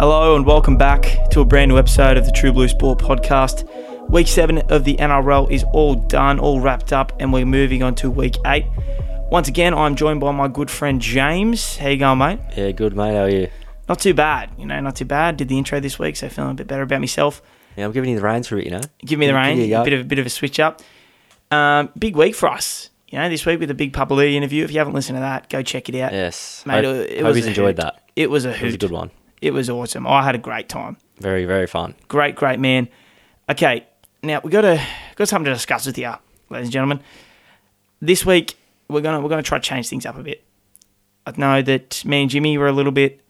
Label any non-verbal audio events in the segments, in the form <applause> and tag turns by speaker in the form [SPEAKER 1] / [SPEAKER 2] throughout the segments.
[SPEAKER 1] Hello and welcome back to a brand new episode of the True Blue Sport podcast. Week 7 of the NRL is all done, all wrapped up, and we're moving on to week 8. Once again, I'm joined by my good friend James. How you going, mate?
[SPEAKER 2] Yeah, good mate. How are you?
[SPEAKER 1] Not too bad, you know, not too bad. Did the intro this week, so feeling a bit better about myself.
[SPEAKER 2] Yeah, I'm giving you the reins for it. You know,
[SPEAKER 1] Give me the
[SPEAKER 2] There
[SPEAKER 1] reins,
[SPEAKER 2] you go.
[SPEAKER 1] a bit of a bit of a switch up. Um, big week for us, you know, this week with the big Papali interview. If you haven't listened to that, go check it out.
[SPEAKER 2] yes,
[SPEAKER 1] Mate,
[SPEAKER 2] Hope,
[SPEAKER 1] it, it
[SPEAKER 2] hope
[SPEAKER 1] was
[SPEAKER 2] you've
[SPEAKER 1] a
[SPEAKER 2] enjoyed
[SPEAKER 1] hoot.
[SPEAKER 2] that.
[SPEAKER 1] It was a
[SPEAKER 2] It was a
[SPEAKER 1] hoot.
[SPEAKER 2] good one.
[SPEAKER 1] It was awesome. I had a great time.
[SPEAKER 2] Very, very fun.
[SPEAKER 1] Great, great man. Okay, now we got to got something to discuss with you, ladies and gentlemen. This week we're gonna we're gonna try to change things up a bit. I know that me and Jimmy were a little bit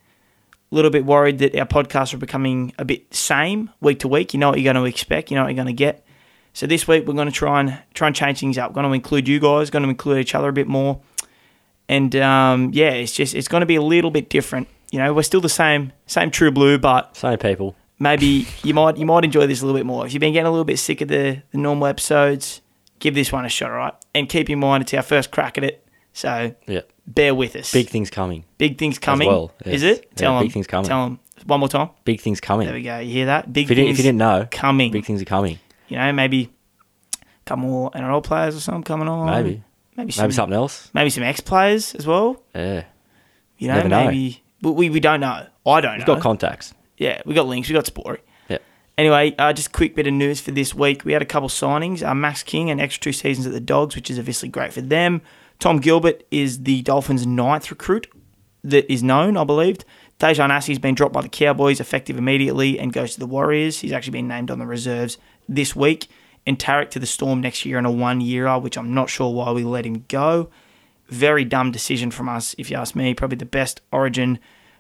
[SPEAKER 1] little bit worried that our podcasts were becoming a bit same week to week. You know what you're going to expect. You know what you're going to get. So this week we're going to try and try and change things up. Going to include you guys. Going to include each other a bit more. And um, yeah, it's just it's going to be a little bit different. You know, we're still the same same true blue, but
[SPEAKER 2] Same people.
[SPEAKER 1] maybe you might you might enjoy this a little bit more. If you've been getting a little bit sick of the, the normal episodes, give this one a shot, all right? And keep in mind it's our first crack at it, so
[SPEAKER 2] Yeah,
[SPEAKER 1] bear with us.
[SPEAKER 2] big things coming.
[SPEAKER 1] big things coming.
[SPEAKER 2] well,
[SPEAKER 1] Is
[SPEAKER 2] yes.
[SPEAKER 1] it? Tell
[SPEAKER 2] Yeah,
[SPEAKER 1] 'em.
[SPEAKER 2] big things coming.
[SPEAKER 1] Tell 'em. one more time.
[SPEAKER 2] Big things coming.
[SPEAKER 1] There we go. You hear that? Big
[SPEAKER 2] If you, didn't,
[SPEAKER 1] things
[SPEAKER 2] if you didn't know,
[SPEAKER 1] coming.
[SPEAKER 2] big things are coming.
[SPEAKER 1] You know, maybe a couple more NRL players or something coming on.
[SPEAKER 2] Maybe.
[SPEAKER 1] Maybe some
[SPEAKER 2] Maybe
[SPEAKER 1] maybe some,
[SPEAKER 2] something else.
[SPEAKER 1] ex players as well.
[SPEAKER 2] Yeah,
[SPEAKER 1] You know,
[SPEAKER 2] Never know.
[SPEAKER 1] maybe but we, we don't know. I don't
[SPEAKER 2] we've
[SPEAKER 1] know.
[SPEAKER 2] got contacts.
[SPEAKER 1] yeah, we got links, we got Spory.
[SPEAKER 2] Yeah,
[SPEAKER 1] Anyway, uh, just a quick bit of news for this week. We had a couple signings. Uh, Max King, an extra two seasons at the Dogs, which is obviously great for them. Tom Gilbert is the Dolphins' ninth recruit that is known, I believe. Dejan Assey's been dropped by the Cowboys, effective immediately, and goes to the Warriors. He's actually been named on the reserves this week. And Tarek to the Storm next year in a one-year, which I'm not sure why we let him go. Very dumb decision from us, if you ask me. Probably the best Origin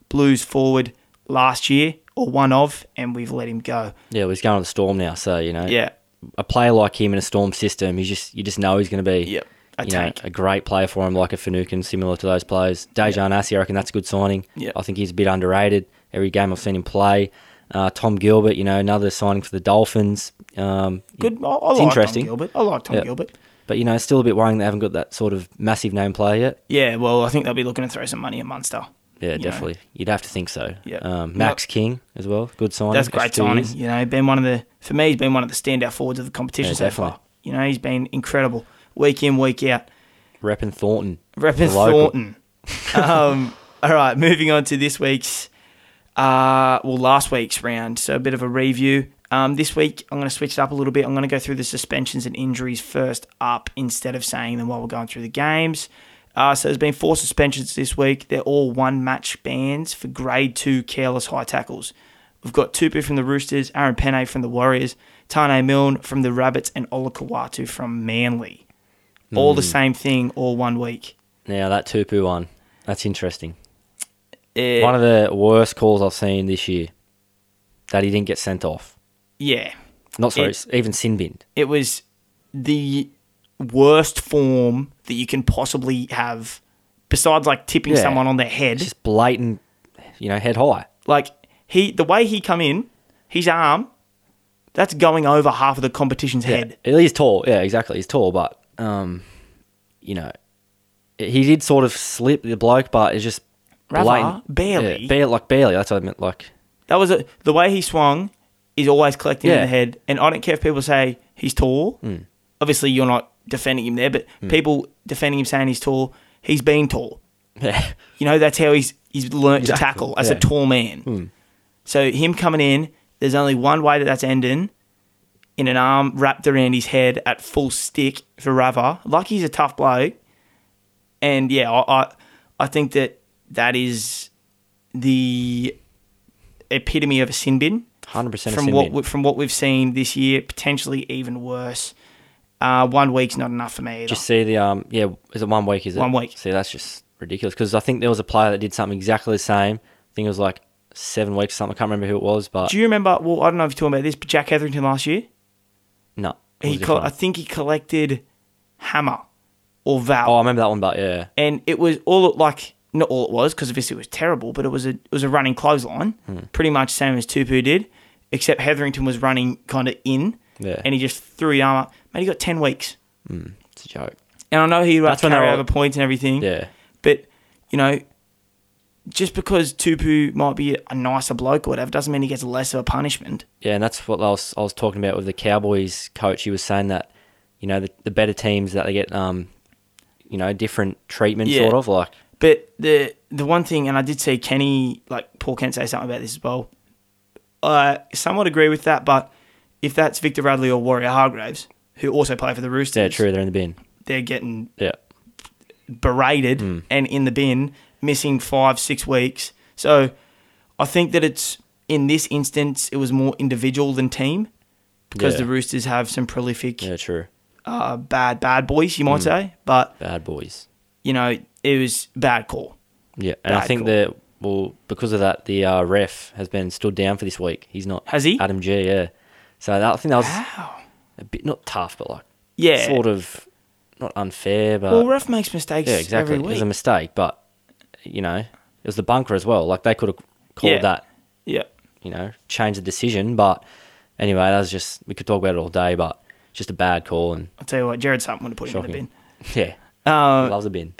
[SPEAKER 1] Blues forward last year, or one of, and we've let him go.
[SPEAKER 2] yeah. Well, he's going on the storm now, so you know.
[SPEAKER 1] Yeah.
[SPEAKER 2] A player like him in a storm system, he's just you just know he's going to be.
[SPEAKER 1] Yep. A
[SPEAKER 2] you know,
[SPEAKER 1] tank.
[SPEAKER 2] a great player for him, like a Finucane, similar to those players. Dejan Assi, I reckon that's a good signing.
[SPEAKER 1] Yep.
[SPEAKER 2] I think he's a bit underrated. Every game I've seen him play. Uh, Tom Gilbert, you know, another signing for the Dolphins. Um,
[SPEAKER 1] Good. I, I
[SPEAKER 2] It's
[SPEAKER 1] like
[SPEAKER 2] interesting.
[SPEAKER 1] Tom Gilbert. I like Tom
[SPEAKER 2] Yeah.
[SPEAKER 1] Gilbert.
[SPEAKER 2] But you know, it's still a bit worrying they haven't got that sort of massive name player yet.
[SPEAKER 1] Yeah, well, I think they'll be looking to throw some money at Munster.
[SPEAKER 2] Yeah,
[SPEAKER 1] You know.
[SPEAKER 2] definitely. You'd have to think so.
[SPEAKER 1] Yeah.
[SPEAKER 2] Um, Max King as well, good signing.
[SPEAKER 1] That's
[SPEAKER 2] Extra
[SPEAKER 1] great
[SPEAKER 2] two
[SPEAKER 1] signing.
[SPEAKER 2] years.
[SPEAKER 1] You know, been one of the for me, he's been one of the standout forwards of the competition
[SPEAKER 2] Yeah,
[SPEAKER 1] so
[SPEAKER 2] definitely.
[SPEAKER 1] far. You know, he's been incredible week in, week out.
[SPEAKER 2] Reppin' Thornton.
[SPEAKER 1] Reppin'
[SPEAKER 2] The local.
[SPEAKER 1] Thornton.
[SPEAKER 2] <laughs>
[SPEAKER 1] um, all right, moving on to this week's, uh, well, last week's round. So a bit of a review. Um, this week, I'm going to switch it up a little bit. I'm going to go through the suspensions and injuries first up instead of saying them while we're going through the games. Uh, so there's been four suspensions this week. They're all one match bans for grade two careless high tackles. We've got Tupu from the Roosters, Aaron Penne from the Warriors, Tane Milne from the Rabbits, and Ola Kawatu from Manly. All
[SPEAKER 2] Hmm.
[SPEAKER 1] the same thing, all one week.
[SPEAKER 2] Now that Tupu one, that's interesting.
[SPEAKER 1] Uh,
[SPEAKER 2] One of the worst calls I've seen this year. That he didn't get sent off.
[SPEAKER 1] yeah,
[SPEAKER 2] Not sorry,
[SPEAKER 1] It-
[SPEAKER 2] even sin binned.
[SPEAKER 1] it was the worst form that you can possibly have, besides like tipping
[SPEAKER 2] Yeah.
[SPEAKER 1] someone on their head.
[SPEAKER 2] It's just blatant, you know, head high.
[SPEAKER 1] like he, the way he come in, his arm, that's going over half of the competition's head.
[SPEAKER 2] Yeah, he's tall. Yeah, exactly. He's tall, but um, you know, he did sort of slip the bloke, but it's just
[SPEAKER 1] Rather,
[SPEAKER 2] blatant-
[SPEAKER 1] barely.
[SPEAKER 2] yeah, bare- like barely. That's what I meant. Like, <laughs>
[SPEAKER 1] That was a, the way he swung is always collecting in
[SPEAKER 2] Yeah. Hmm.
[SPEAKER 1] the head, and I don't care if people say he's tall. Obviously, you're not defending him there, but people defending him saying he's tall, he's been tall.
[SPEAKER 2] yeah,
[SPEAKER 1] You know, that's how he's he's learnt to
[SPEAKER 2] Exactly,
[SPEAKER 1] tackle as a
[SPEAKER 2] yeah. Hmm.
[SPEAKER 1] tall man. So him coming in, there's only one way that that's ending, in an arm wrapped around his head at full stick for Rava. Like he's a tough bloke, and yeah, I I, I think that that is the epitome of a sin bin
[SPEAKER 2] hundred percent.
[SPEAKER 1] from what we, from what we've seen this year. Potentially even worse. Uh, one week's not enough for me either.
[SPEAKER 2] just see the um, yeah, is it one week? Is it
[SPEAKER 1] One week.
[SPEAKER 2] See, that's just ridiculous because I think there was a player that did something exactly the same. I think it was like seven weeks or something. I can't remember who it was, but
[SPEAKER 1] Do you remember? Well, I don't know if you're talking about this, but Jack Etherington last year.
[SPEAKER 2] no, it was
[SPEAKER 1] he
[SPEAKER 2] a
[SPEAKER 1] col-
[SPEAKER 2] different
[SPEAKER 1] I
[SPEAKER 2] one.
[SPEAKER 1] think he collected hammer or val,
[SPEAKER 2] oh, I remember that one, but yeah,
[SPEAKER 1] and it was all like not all it was because obviously it was terrible, but it was a it was a running clothesline,
[SPEAKER 2] Hmm.
[SPEAKER 1] pretty much same as Tupu did, except Hetherington was running kind of in,
[SPEAKER 2] Yeah.
[SPEAKER 1] and he just threw the arm up. Mate, he got ten weeks,
[SPEAKER 2] it's a joke.
[SPEAKER 1] and I know he wrapped
[SPEAKER 2] That's when they
[SPEAKER 1] carry
[SPEAKER 2] were-
[SPEAKER 1] over points and everything,
[SPEAKER 2] Yeah,
[SPEAKER 1] but you know, just because Tupu might be a nicer bloke or whatever doesn't mean he gets less of a punishment.
[SPEAKER 2] Yeah, and that's what I was I was talking about with the Cowboys coach. He was saying that, you know, the, the better teams that they get, um, you know, different treatment
[SPEAKER 1] Yeah.
[SPEAKER 2] sort of like.
[SPEAKER 1] But the the one thing, and I did see Kenny, like Paul Kent, say something about this as well. I somewhat agree with that, but if that's Victor Radley or Warrior Hargraves, who also play for the Roosters,
[SPEAKER 2] Yeah, true. They're in the bin.
[SPEAKER 1] they're getting
[SPEAKER 2] Yeah,
[SPEAKER 1] berated
[SPEAKER 2] Hmm.
[SPEAKER 1] and in the bin, missing five, six weeks. So I think that it's in this instance, it was more individual than team because
[SPEAKER 2] Yeah.
[SPEAKER 1] the Roosters have some prolific
[SPEAKER 2] yeah, Hmm. true.
[SPEAKER 1] uh, bad, bad boys, you might say. But,
[SPEAKER 2] Bad boys.
[SPEAKER 1] you know, it was bad call.
[SPEAKER 2] Yeah, and I
[SPEAKER 1] Bad
[SPEAKER 2] think
[SPEAKER 1] call.
[SPEAKER 2] that well because of that, the uh, ref has been stood down for this week. He's not.
[SPEAKER 1] Has he?
[SPEAKER 2] Adam G. Yeah. So that, I think that was
[SPEAKER 1] Wow.
[SPEAKER 2] a bit not tough, but like
[SPEAKER 1] Yeah.
[SPEAKER 2] sort of not unfair, but
[SPEAKER 1] well, ref makes mistakes
[SPEAKER 2] yeah, exactly.
[SPEAKER 1] every
[SPEAKER 2] It was
[SPEAKER 1] week.
[SPEAKER 2] a mistake, but you know, it was the bunker as well. Like they could have called
[SPEAKER 1] Yeah.
[SPEAKER 2] that,
[SPEAKER 1] yeah.
[SPEAKER 2] you know, change the decision. But anyway, that was just we could talk about it all day, but it's just a bad call and
[SPEAKER 1] I'll tell you what, Jared Sutton would have put him in
[SPEAKER 2] shocking.
[SPEAKER 1] the
[SPEAKER 2] <laughs> Yeah,
[SPEAKER 1] bin. Uh,
[SPEAKER 2] loves a bin.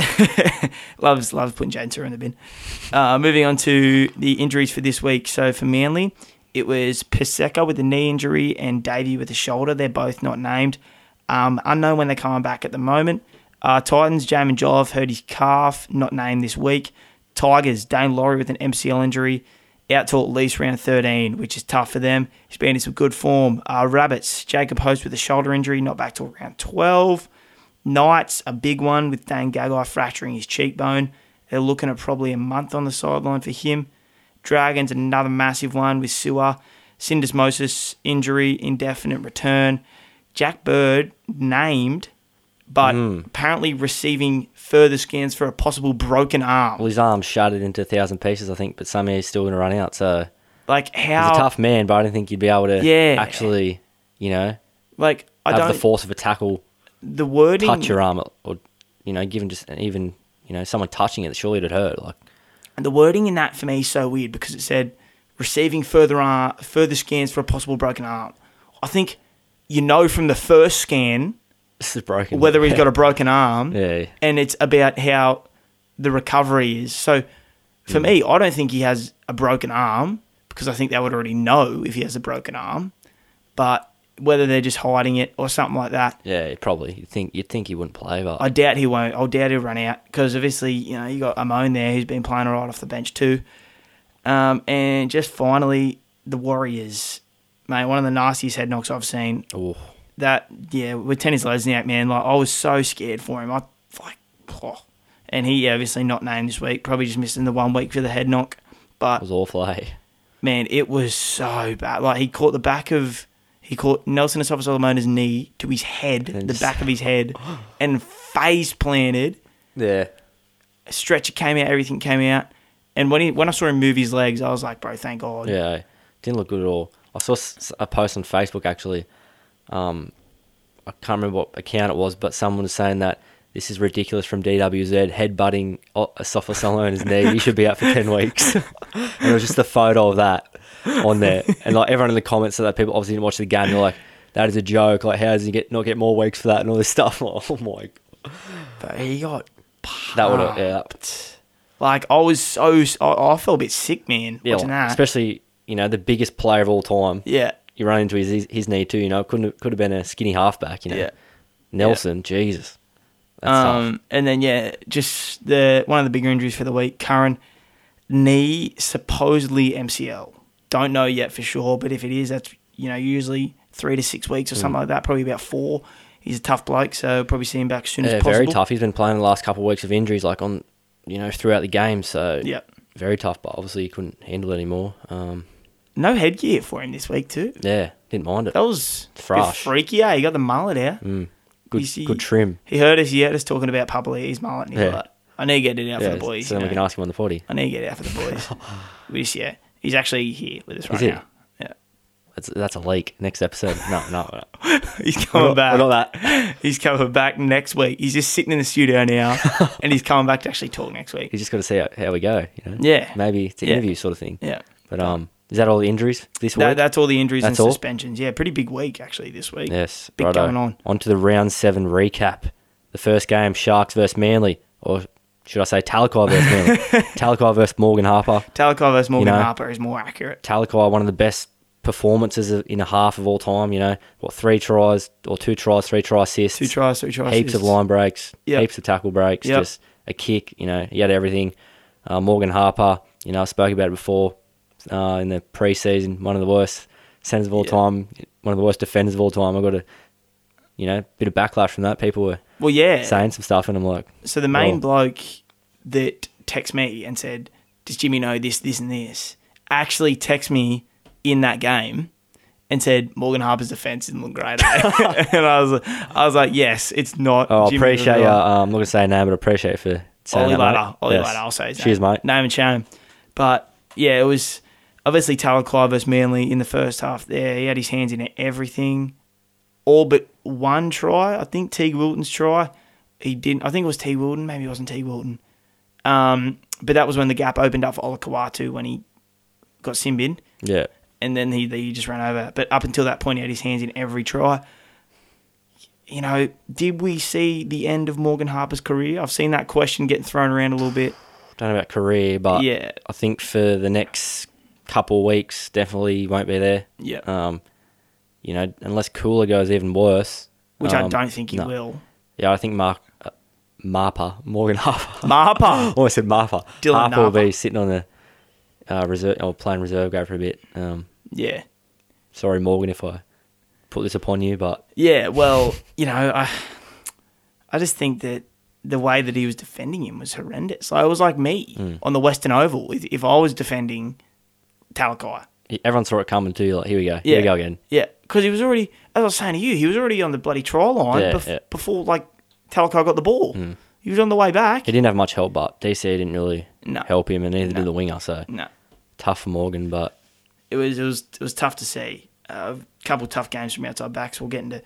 [SPEAKER 1] loves loves putting James Tua in the bin. Uh, moving on to the injuries for this week. So for Manly, it was Paseka with a knee injury and Davey with a shoulder. They're both not named. Um, unknown when they're coming back at the moment. Uh, Titans, Jamin Jolov hurt his calf, not named this week. Tigers, Dane Laurie with an MCL injury, out till at least round 13, which is tough for them. He's been in some good form. Uh, Rabbits, Jacob Host with a shoulder injury, not back till round 12. Knights, a big one with Dan Gagai fracturing his cheekbone. They're looking at probably a month on the sideline for him. Dragons, another massive one with Sewer. Syndesmosis injury, indefinite return. Jack Bird named, but
[SPEAKER 2] Hmm.
[SPEAKER 1] apparently receiving further scans for a possible broken arm.
[SPEAKER 2] Well, his arm shattered into a thousand pieces, I think, but somehow he's still going to run out. So
[SPEAKER 1] Like
[SPEAKER 2] he's
[SPEAKER 1] how?
[SPEAKER 2] a tough man, but I don't think you'd be able to
[SPEAKER 1] Yeah.
[SPEAKER 2] actually, you know,
[SPEAKER 1] like I
[SPEAKER 2] have
[SPEAKER 1] don't.
[SPEAKER 2] the
[SPEAKER 1] The,
[SPEAKER 2] force of a tackle
[SPEAKER 1] wording.
[SPEAKER 2] touch your arm or you know given just even you know someone touching it surely it'd hurt like <laughs>
[SPEAKER 1] the wording in that for me is so weird because it said receiving further ar- further scans for a possible broken arm. I think you know from the first scan
[SPEAKER 2] this is broken
[SPEAKER 1] whether he's got a broken arm,
[SPEAKER 2] Yeah.
[SPEAKER 1] and it's about how the recovery is. So for me, I don't think he has a broken arm because I think they would already know if he has a broken arm, but whether they're just hiding it or something like that.
[SPEAKER 2] yeah probably you'd think you'd think he wouldn't play but
[SPEAKER 1] I doubt he won't. I doubt he'll run out because obviously you know you got Amon there who's been playing right off the bench too. Um, and just finally the Warriors, mate, one of the nastiest head knocks I've seen.
[SPEAKER 2] oh
[SPEAKER 1] That yeah, with tennis Lesniak, man, like I was so scared for him. I like, oh. and he obviously not named this week, probably just missing the one week for the head knock.
[SPEAKER 2] it
[SPEAKER 1] But
[SPEAKER 2] was awful <laughs> eh?
[SPEAKER 1] man, it was so bad. Like he caught the back of he caught Nelson Asafa Solomona's knee to his head,
[SPEAKER 2] And
[SPEAKER 1] the
[SPEAKER 2] just-
[SPEAKER 1] back of his head, and face planted.
[SPEAKER 2] yeah
[SPEAKER 1] A stretcher came out, everything came out. And when he when I saw him move his legs, I was like, bro, thank God.
[SPEAKER 2] yeah it didn't look good at all i saw s- a post on facebook actually um i can't remember what account it was but someone was saying that this is ridiculous from DWZ headbutting o- a sofa solo in his knee. He should be out for 10 weeks. <laughs> and it was just a photo of that on there. And like everyone in the comments of that people obviously didn't watch the game. They're like, that is a joke. Like, how does he get not get more weeks for that and all this stuff? <laughs> oh my
[SPEAKER 1] But he got
[SPEAKER 2] That would
[SPEAKER 1] Ah.
[SPEAKER 2] have, yeah.
[SPEAKER 1] like I was so I, I felt a bit sick, man.
[SPEAKER 2] yeah
[SPEAKER 1] watching
[SPEAKER 2] like,
[SPEAKER 1] that.
[SPEAKER 2] especially, you know, the biggest player of all time.
[SPEAKER 1] yeah.
[SPEAKER 2] You run into his his knee too, you know. Couldn't have, could have been a skinny halfback, you know.
[SPEAKER 1] Yeah.
[SPEAKER 2] Nelson, Jesus. That's tough.
[SPEAKER 1] Um, and then yeah, just the one of the bigger injuries for the week, Curran knee supposedly MCL. Don't know yet for sure, but if it is, that's you know usually three to six weeks or something
[SPEAKER 2] Mm.
[SPEAKER 1] like that. Probably about four. He's a tough bloke, so probably see him back as soon as
[SPEAKER 2] Yeah,
[SPEAKER 1] possible.
[SPEAKER 2] very tough. He's been playing the last couple of weeks of injuries, like on, you know, throughout the game. So
[SPEAKER 1] Yeah.
[SPEAKER 2] very tough. But obviously he couldn't handle it anymore. Um,
[SPEAKER 1] No headgear for him this week too.
[SPEAKER 2] yeah, didn't mind it.
[SPEAKER 1] That was a bit
[SPEAKER 2] Thrash.
[SPEAKER 1] freaky. Yeah, he got the mullet out.
[SPEAKER 2] Mm. Good,
[SPEAKER 1] you see-
[SPEAKER 2] good trim.
[SPEAKER 1] He heard us. He heard us talking about publicly his mullet. And he
[SPEAKER 2] Yeah.
[SPEAKER 1] was like, I need to get it out
[SPEAKER 2] Yeah,
[SPEAKER 1] for the boys.
[SPEAKER 2] so
[SPEAKER 1] you
[SPEAKER 2] then we can
[SPEAKER 1] know.
[SPEAKER 2] ask him on the potty.
[SPEAKER 1] I need to get it out for the
[SPEAKER 2] <laughs>
[SPEAKER 1] boys. we just yeah. He's actually here with us right
[SPEAKER 2] he?
[SPEAKER 1] now.
[SPEAKER 2] <laughs>
[SPEAKER 1] Yeah,
[SPEAKER 2] That's that's a leak. Next episode. No,
[SPEAKER 1] <laughs>
[SPEAKER 2] no, no.
[SPEAKER 1] he's coming
[SPEAKER 2] We're
[SPEAKER 1] back.
[SPEAKER 2] not- we're not that.
[SPEAKER 1] He's coming back next week. He's just sitting in the studio
[SPEAKER 2] <laughs>
[SPEAKER 1] now, and he's coming back to actually talk next week.
[SPEAKER 2] You just got to see how, how we go. You know?
[SPEAKER 1] Yeah.
[SPEAKER 2] Maybe it's an
[SPEAKER 1] Yeah.
[SPEAKER 2] interview sort of thing.
[SPEAKER 1] Yeah.
[SPEAKER 2] But um, is that all the injuries this week?
[SPEAKER 1] That, that's all the injuries
[SPEAKER 2] That's
[SPEAKER 1] and
[SPEAKER 2] all?
[SPEAKER 1] suspensions. Yeah, pretty big week actually this week.
[SPEAKER 2] yes.
[SPEAKER 1] big
[SPEAKER 2] righto.
[SPEAKER 1] going on.
[SPEAKER 2] On to the round seven recap. The first game, Sharks versus Manly, or should I say Talakai versus
[SPEAKER 1] <laughs>
[SPEAKER 2] Miller? Talakai versus Morgan Harper.
[SPEAKER 1] Talakai versus Morgan
[SPEAKER 2] You know.
[SPEAKER 1] Harper is more accurate.
[SPEAKER 2] Talakai, one of the best performances of- in a half of all time. You know, what three tries or two tries, three try assists,
[SPEAKER 1] Two tries, three tries.
[SPEAKER 2] heaps of line breaks,
[SPEAKER 1] Yep.
[SPEAKER 2] heaps of tackle breaks,
[SPEAKER 1] Yep.
[SPEAKER 2] just a kick. You know, he had everything. Uh, Morgan Harper, you know, I spoke about it before uh, in the preseason. One of the worst centers of all
[SPEAKER 1] Yeah.
[SPEAKER 2] time, one of the worst defenders of all time. I got a, you know, bit of backlash from that. People were
[SPEAKER 1] Well, yeah.
[SPEAKER 2] saying some stuff, and I'm like,
[SPEAKER 1] So the main
[SPEAKER 2] Oh.
[SPEAKER 1] bloke that texted me and said, "Does Jimmy know this, this, and this?" actually texted me in that game and said, "Morgan Harper's defense didn't look great." eh?" <laughs> and I was, I was like, "Yes, it's not."
[SPEAKER 2] oh, I
[SPEAKER 1] Jimmy
[SPEAKER 2] appreciate you.
[SPEAKER 1] Vanilla.
[SPEAKER 2] Uh, I'm not gonna say a name, but I appreciate you for saying
[SPEAKER 1] Ollie
[SPEAKER 2] that, mate.
[SPEAKER 1] Ladder. Ollie
[SPEAKER 2] Yes.
[SPEAKER 1] Ladder, I'll say his
[SPEAKER 2] Cheers,
[SPEAKER 1] name.
[SPEAKER 2] mate.
[SPEAKER 1] Name and shame. But yeah, it was obviously Talakai versus Manly in the first half there. He had his hands in everything. All but one try. I think Teague Wilton's try. He didn't I think it was Teague Wilton, maybe it wasn't Teague Wilton. Um, but that was when the gap opened up for Ola Kawatu when he got Simbin
[SPEAKER 2] Yeah.
[SPEAKER 1] and then he, he just ran over. But up until that point, he had his hands in every try. You know, did we see the end of Morgan Harper's career? I've seen that question getting thrown around a little bit.
[SPEAKER 2] don't know about career, but
[SPEAKER 1] Yeah.
[SPEAKER 2] I think for the next couple of weeks, definitely won't be there.
[SPEAKER 1] Yeah.
[SPEAKER 2] Um, you know, unless Cooler goes even worse,
[SPEAKER 1] Which I
[SPEAKER 2] Um,
[SPEAKER 1] don't think he
[SPEAKER 2] no.
[SPEAKER 1] will.
[SPEAKER 2] Yeah, I think Mark uh, Marpa Morgan <laughs> Harper. <laughs>
[SPEAKER 1] Marpa.
[SPEAKER 2] almost said Marpa.
[SPEAKER 1] Dylan
[SPEAKER 2] Harper will
[SPEAKER 1] Marpa.
[SPEAKER 2] be sitting on the uh, reserve or playing reserve grade for a bit. Um,
[SPEAKER 1] Yeah.
[SPEAKER 2] sorry, Morgan, if I put this upon you, but
[SPEAKER 1] Yeah, well, you know, I I just think that the way that he was defending him was horrendous. Like, it was like me
[SPEAKER 2] Mm.
[SPEAKER 1] on the Western Oval. If, if I was defending Talakai,
[SPEAKER 2] everyone saw it coming too. Like, here we go, here we go again.
[SPEAKER 1] Yeah, because he was already, as I was saying to you, he was already on the bloody try line
[SPEAKER 2] Yeah,
[SPEAKER 1] bef-
[SPEAKER 2] yeah. Hmm.
[SPEAKER 1] before like Talakai got the ball. He was on the way back.
[SPEAKER 2] He didn't have much help, but DC didn't really
[SPEAKER 1] No. Mm.
[SPEAKER 2] help him, and neither did the winger. So
[SPEAKER 1] No,
[SPEAKER 2] tough for Morgan, but
[SPEAKER 1] it was it was it was tough to see. A couple tough games from outside backs. We'll get into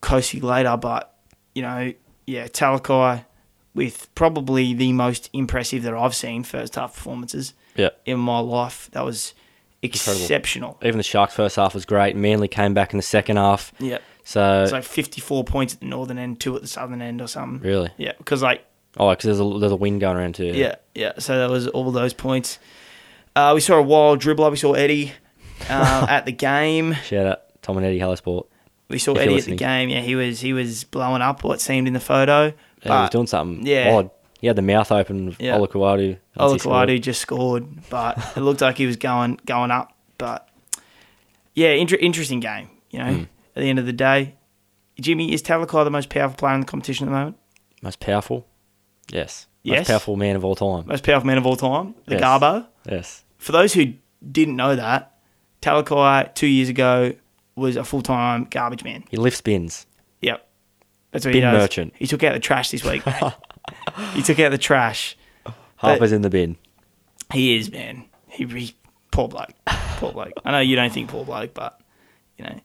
[SPEAKER 1] Kosi later, but you know, yeah, Talakai with probably the most impressive that I've seen first half performances
[SPEAKER 2] yeah.
[SPEAKER 1] in my life. That was exceptional.
[SPEAKER 2] even the Sharks first half was great. Manly came back in the second half.
[SPEAKER 1] Yeah,
[SPEAKER 2] So,
[SPEAKER 1] it's like fifty-four points at the northern end, two at the southern end, or something.
[SPEAKER 2] really,
[SPEAKER 1] Yeah, because like
[SPEAKER 2] oh, because there's a there's a win going around too.
[SPEAKER 1] Yeah, yeah. So that was all those points. Uh, we saw a wild dribbler. We saw Eddie uh, at the game.
[SPEAKER 2] Shout out Tom and Eddie Hello Sport.
[SPEAKER 1] We saw
[SPEAKER 2] If you're
[SPEAKER 1] Eddie at the
[SPEAKER 2] listening.
[SPEAKER 1] game. Yeah, he was he was blowing up what seemed in the photo.
[SPEAKER 2] He was
[SPEAKER 1] But
[SPEAKER 2] doing something
[SPEAKER 1] yeah.
[SPEAKER 2] odd. He had the mouth open of
[SPEAKER 1] Yeah.
[SPEAKER 2] yeah. Olakuwadu.
[SPEAKER 1] Ola Kawadu just scored, but it looked like he was going going up. But yeah, inter- interesting game. You know,
[SPEAKER 2] Hmm.
[SPEAKER 1] at the end of the day, Jimmy is Talakai the most powerful player in the competition at the moment.
[SPEAKER 2] Most powerful. Yes.
[SPEAKER 1] Yes.
[SPEAKER 2] Most powerful man of all time.
[SPEAKER 1] Most powerful man of all time, the
[SPEAKER 2] Yes.
[SPEAKER 1] Garbo.
[SPEAKER 2] Yes.
[SPEAKER 1] for those who didn't know that, Talakai two years ago was a full time garbage man.
[SPEAKER 2] He lifts bins.
[SPEAKER 1] Yep. That's what he
[SPEAKER 2] Bin
[SPEAKER 1] does.
[SPEAKER 2] merchant.
[SPEAKER 1] He took out the trash this
[SPEAKER 2] <laughs>
[SPEAKER 1] week. mate. he took out the trash.
[SPEAKER 2] Harper's in the bin.
[SPEAKER 1] He is, man. He, he poor bloke. Poor bloke. I know you don't think poor bloke, but you know.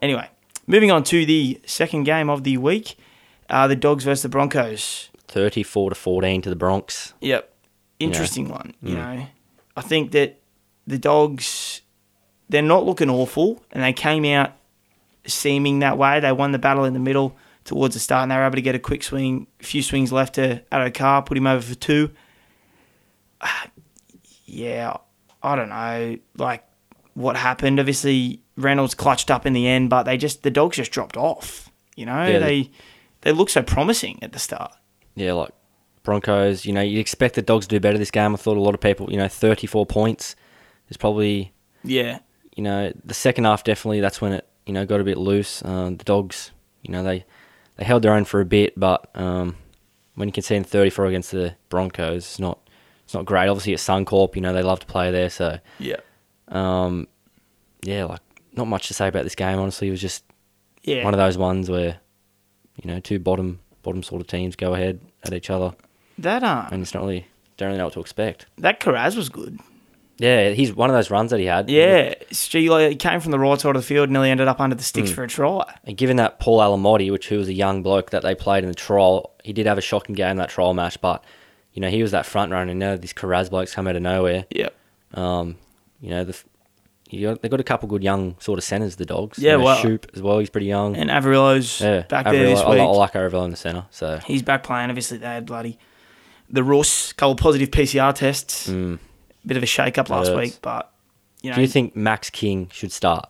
[SPEAKER 1] Anyway, moving on to the second game of the week, uh, the Dogs versus the Broncos.
[SPEAKER 2] Thirty-four to fourteen to the Bronx.
[SPEAKER 1] Yep. Interesting one.
[SPEAKER 2] Mm.
[SPEAKER 1] You know, I think that the dogs, they're not looking awful, and they came out seeming that way. They won the battle in the middle towards the start, and they were able to get a quick swing, a few swings left to Adokar, put him over for two. <sighs> Ah, Yeah, I don't know, like what happened. Obviously, Reynolds clutched up in the end, but they just the dogs just dropped off. You know,
[SPEAKER 2] Yeah, they-
[SPEAKER 1] they they looked so promising at the start.
[SPEAKER 2] Yeah, like Broncos. You know, you'd expect the Dogs to do better this game. I thought a lot of people. You know, thirty-four points is probably
[SPEAKER 1] Yeah,
[SPEAKER 2] you know, the second half definitely that's when it, you know, got a bit loose. Um, the dogs, you know, they they held their own for a bit, but um, when you can see in 34 against the Broncos, it's not it's not great. Obviously, at Suncorp, you know, they love to play there, so
[SPEAKER 1] yeah,
[SPEAKER 2] um, yeah, like not much to say about this game. Honestly, it was just
[SPEAKER 1] yeah.
[SPEAKER 2] one of those ones where you know two bottom bottom sort of teams go ahead at each other,
[SPEAKER 1] That um,
[SPEAKER 2] and it's not really don't really know what to expect.
[SPEAKER 1] that Karaz was good.
[SPEAKER 2] Yeah, he's one of those runs that he had.
[SPEAKER 1] Yeah, Stri- like, he came from the right side of the field, nearly ended up under the sticks
[SPEAKER 2] Mm.
[SPEAKER 1] for a try.
[SPEAKER 2] And given that Paul Alamotti, which who was a young bloke that they played in the trial, he did have a shocking game that trial match, but you know he was that front runner. And now this Carraz bloke's come out of nowhere.
[SPEAKER 1] Yeah,
[SPEAKER 2] Um, you know the, you got, they got a couple good young sort of centers. The dogs,
[SPEAKER 1] Yeah,
[SPEAKER 2] you know,
[SPEAKER 1] wow.
[SPEAKER 2] Shoop as well. He's pretty young.
[SPEAKER 1] and Averillo's
[SPEAKER 2] yeah,
[SPEAKER 1] back
[SPEAKER 2] Avril-
[SPEAKER 1] there this
[SPEAKER 2] I,
[SPEAKER 1] week.
[SPEAKER 2] I like Avril in the center. So
[SPEAKER 1] He's back playing. Obviously, they had bloody the Russ, couple positive PCR tests. Bit of a shake up last
[SPEAKER 2] Mm. hurts.
[SPEAKER 1] week, but you know,
[SPEAKER 2] Do you think Max King should start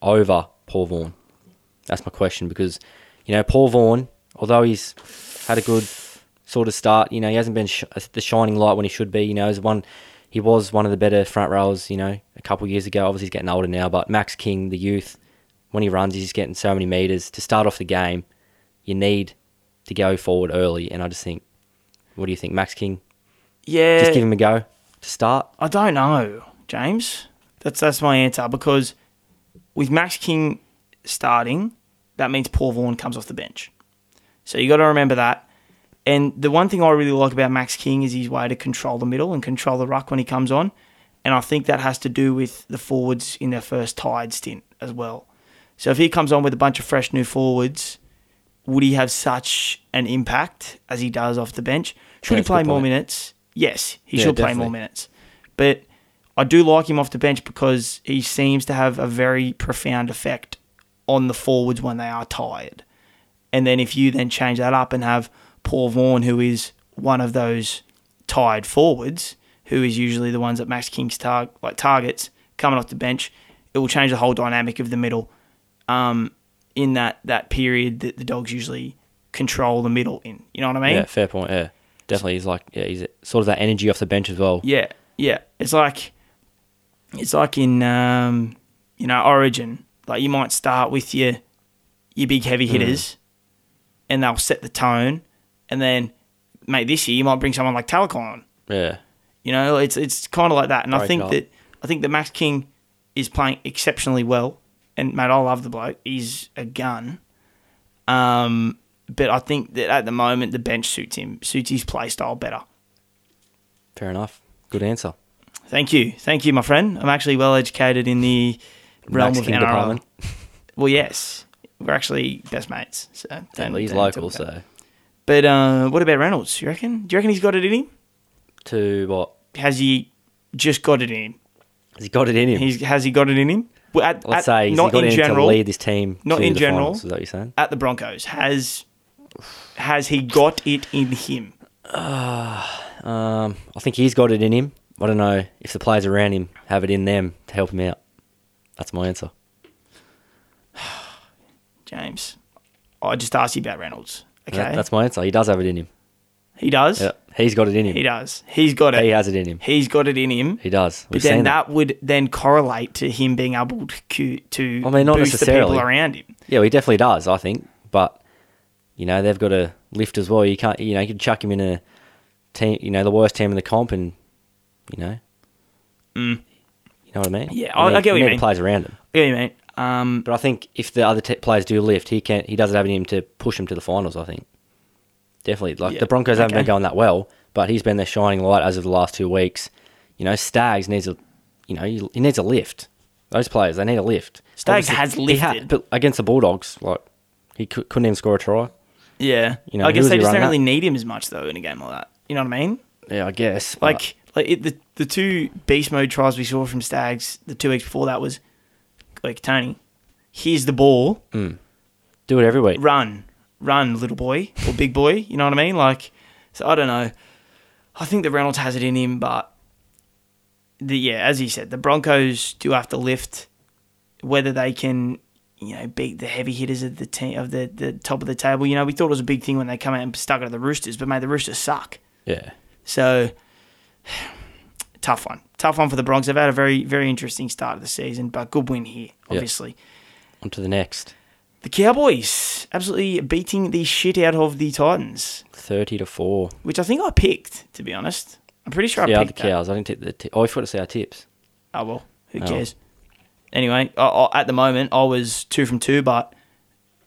[SPEAKER 2] over Paul Vaughan? That's my question because, you know, Paul Vaughan, although he's had a good sort of start, you know, he hasn't been sh- uh, the shining light when he should be. You know, he's one, he was one of the better front rows, you know, a couple of years ago. Obviously, he's getting older now, but Max King, the youth, when he runs, he's getting so many meters. To start off the game, you need to go forward early. And I just think, what do you think, Max King?
[SPEAKER 1] yeah,
[SPEAKER 2] Just give him a go to start.
[SPEAKER 1] I don't know, James. That's that's my answer because with Max King starting, that means Paul Vaughan comes off the bench. So you got to remember that. And the one thing I really like about Max King is his way to control the middle and control the ruck when he comes on. And I think that has to do with the forwards in their first tired stint as well. So if he comes on with a bunch of fresh new forwards, would he have such an impact as he does off the bench? Should he
[SPEAKER 2] That's a good
[SPEAKER 1] play more
[SPEAKER 2] point.
[SPEAKER 1] minutes? Yes, he
[SPEAKER 2] Yeah,
[SPEAKER 1] should play
[SPEAKER 2] definitely.
[SPEAKER 1] more minutes. But I do like him off the bench because he seems to have a very profound effect on the forwards when they are tired. And then if you then change that up and have Paul Vaughan, who is one of those tired forwards, who is usually the ones that Max King's tar- like targets coming off the bench, it will change the whole dynamic of the middle. Um, in that that period that the dogs usually control the middle in, you know what I mean?
[SPEAKER 2] Yeah, fair point. Yeah, definitely. He's like, yeah, he's sort of that energy off the bench as well.
[SPEAKER 1] Yeah, yeah. It's like it's like in um, you know Origin. Like you might start with your your big heavy
[SPEAKER 2] Mm.
[SPEAKER 1] hitters, and they'll set the tone, and then mate, this year you might bring someone like Talcon. on.
[SPEAKER 2] Yeah,
[SPEAKER 1] You know, it's it's kind of like that, and I
[SPEAKER 2] Break
[SPEAKER 1] think
[SPEAKER 2] up.
[SPEAKER 1] that I think that Max King is playing exceptionally well, and mate, I love the bloke. He's a gun. Um, but I think that at the moment the bench suits him, suits his play style better.
[SPEAKER 2] fair enough. Good answer.
[SPEAKER 1] Thank you, thank you, my friend. I'm actually well educated in the realm
[SPEAKER 2] Max
[SPEAKER 1] of
[SPEAKER 2] King
[SPEAKER 1] NRL.
[SPEAKER 2] department.
[SPEAKER 1] Well, yes, we're actually best mates. So don't-
[SPEAKER 2] And he's
[SPEAKER 1] don't talk
[SPEAKER 2] local,
[SPEAKER 1] about it.
[SPEAKER 2] so
[SPEAKER 1] But uh, what about Reynolds? You reckon? Do you reckon he's got it in him?
[SPEAKER 2] to what?
[SPEAKER 1] Has he just got it in him?
[SPEAKER 2] Has he got it in him?
[SPEAKER 1] He's, has he got it in him? Well, at-
[SPEAKER 2] Let's
[SPEAKER 1] at-
[SPEAKER 2] say he's
[SPEAKER 1] not
[SPEAKER 2] got
[SPEAKER 1] in
[SPEAKER 2] it in
[SPEAKER 1] general.
[SPEAKER 2] to lead this team.
[SPEAKER 1] not
[SPEAKER 2] to
[SPEAKER 1] in
[SPEAKER 2] the
[SPEAKER 1] general.
[SPEAKER 2] Finals, is that what you're saying?
[SPEAKER 1] at the Broncos has has he got it in him?
[SPEAKER 2] Um, I think he's got it in him. I don't know if the players around him have it in them to help him out. That's my answer.
[SPEAKER 1] James, I just asked you about Reynolds. Okay,
[SPEAKER 2] That- that's my answer. He does have it in him.
[SPEAKER 1] he does.
[SPEAKER 2] Yeah, he's got it in him.
[SPEAKER 1] He does. He's got it.
[SPEAKER 2] He has it in him.
[SPEAKER 1] He's got it in him.
[SPEAKER 2] He does.
[SPEAKER 1] But
[SPEAKER 2] We've
[SPEAKER 1] then
[SPEAKER 2] seen that.
[SPEAKER 1] that would then correlate to him being able to cu- to
[SPEAKER 2] I mean, not
[SPEAKER 1] boost the people
[SPEAKER 2] necessarily.
[SPEAKER 1] around him.
[SPEAKER 2] Yeah, well, he definitely does. I think, but you know they've got to lift as well. You can't, you know, you could chuck him in a team, you know, the worst team in the comp, and you know, you know what I mean.
[SPEAKER 1] Mm. Yeah,
[SPEAKER 2] You
[SPEAKER 1] I- I
[SPEAKER 2] need-
[SPEAKER 1] get what you
[SPEAKER 2] need
[SPEAKER 1] mean.
[SPEAKER 2] Players around him,
[SPEAKER 1] Yeah, you mean, um,
[SPEAKER 2] but I think if the other t- players do lift, he can. He doesn't have it in him to push him to the finals. I think definitely. Like
[SPEAKER 1] Yeah,
[SPEAKER 2] the Broncos haven't
[SPEAKER 1] okay.
[SPEAKER 2] been going that well, but he's been their shining light as of the last two weeks. You know, Stags needs a, you know, he he needs a lift. Those players, they need a lift.
[SPEAKER 1] Stags has
[SPEAKER 2] he ha-
[SPEAKER 1] lifted.
[SPEAKER 2] but against the Bulldogs, like he cou- couldn't even score a try.
[SPEAKER 1] yeah.
[SPEAKER 2] You know,
[SPEAKER 1] I
[SPEAKER 2] who
[SPEAKER 1] guess
[SPEAKER 2] was
[SPEAKER 1] they
[SPEAKER 2] he
[SPEAKER 1] just don't
[SPEAKER 2] running at?
[SPEAKER 1] really need him as much though in a game like that. You know what I mean?
[SPEAKER 2] Yeah, I guess. but-
[SPEAKER 1] Like, like it, the the two beast mode tries we saw from Stags the two weeks before that was like Tony, here's the ball,
[SPEAKER 2] do it every week.
[SPEAKER 1] run, run, little boy or big boy. You know what I mean? Like, so I don't know. I think that Reynolds has it in him, but the yeah, as he said, the Broncos do have to lift. Whether they can, you know, beat the heavy hitters of the team of the, the top of the table. You know, we thought it was a big thing when they come out and stuck it at the Roosters, but mate, the Roosters suck.
[SPEAKER 2] Yeah,
[SPEAKER 1] So <sighs> tough one. Tough one for the Bronx. They've had a very, very interesting start of the season, but good win here, obviously.
[SPEAKER 2] on to the next.
[SPEAKER 1] The Cowboys absolutely beating the shit out of the Titans,
[SPEAKER 2] Thirty to four.
[SPEAKER 1] which I think I picked, to be honest. I'm pretty sure
[SPEAKER 2] Yeah,
[SPEAKER 1] I
[SPEAKER 2] the
[SPEAKER 1] picked that.
[SPEAKER 2] cows. I didn't take the. T- oh, I forgot to say our tips.
[SPEAKER 1] Oh, well, who
[SPEAKER 2] Oh.
[SPEAKER 1] cares? Anyway, I, I, at the moment, I was two from two, but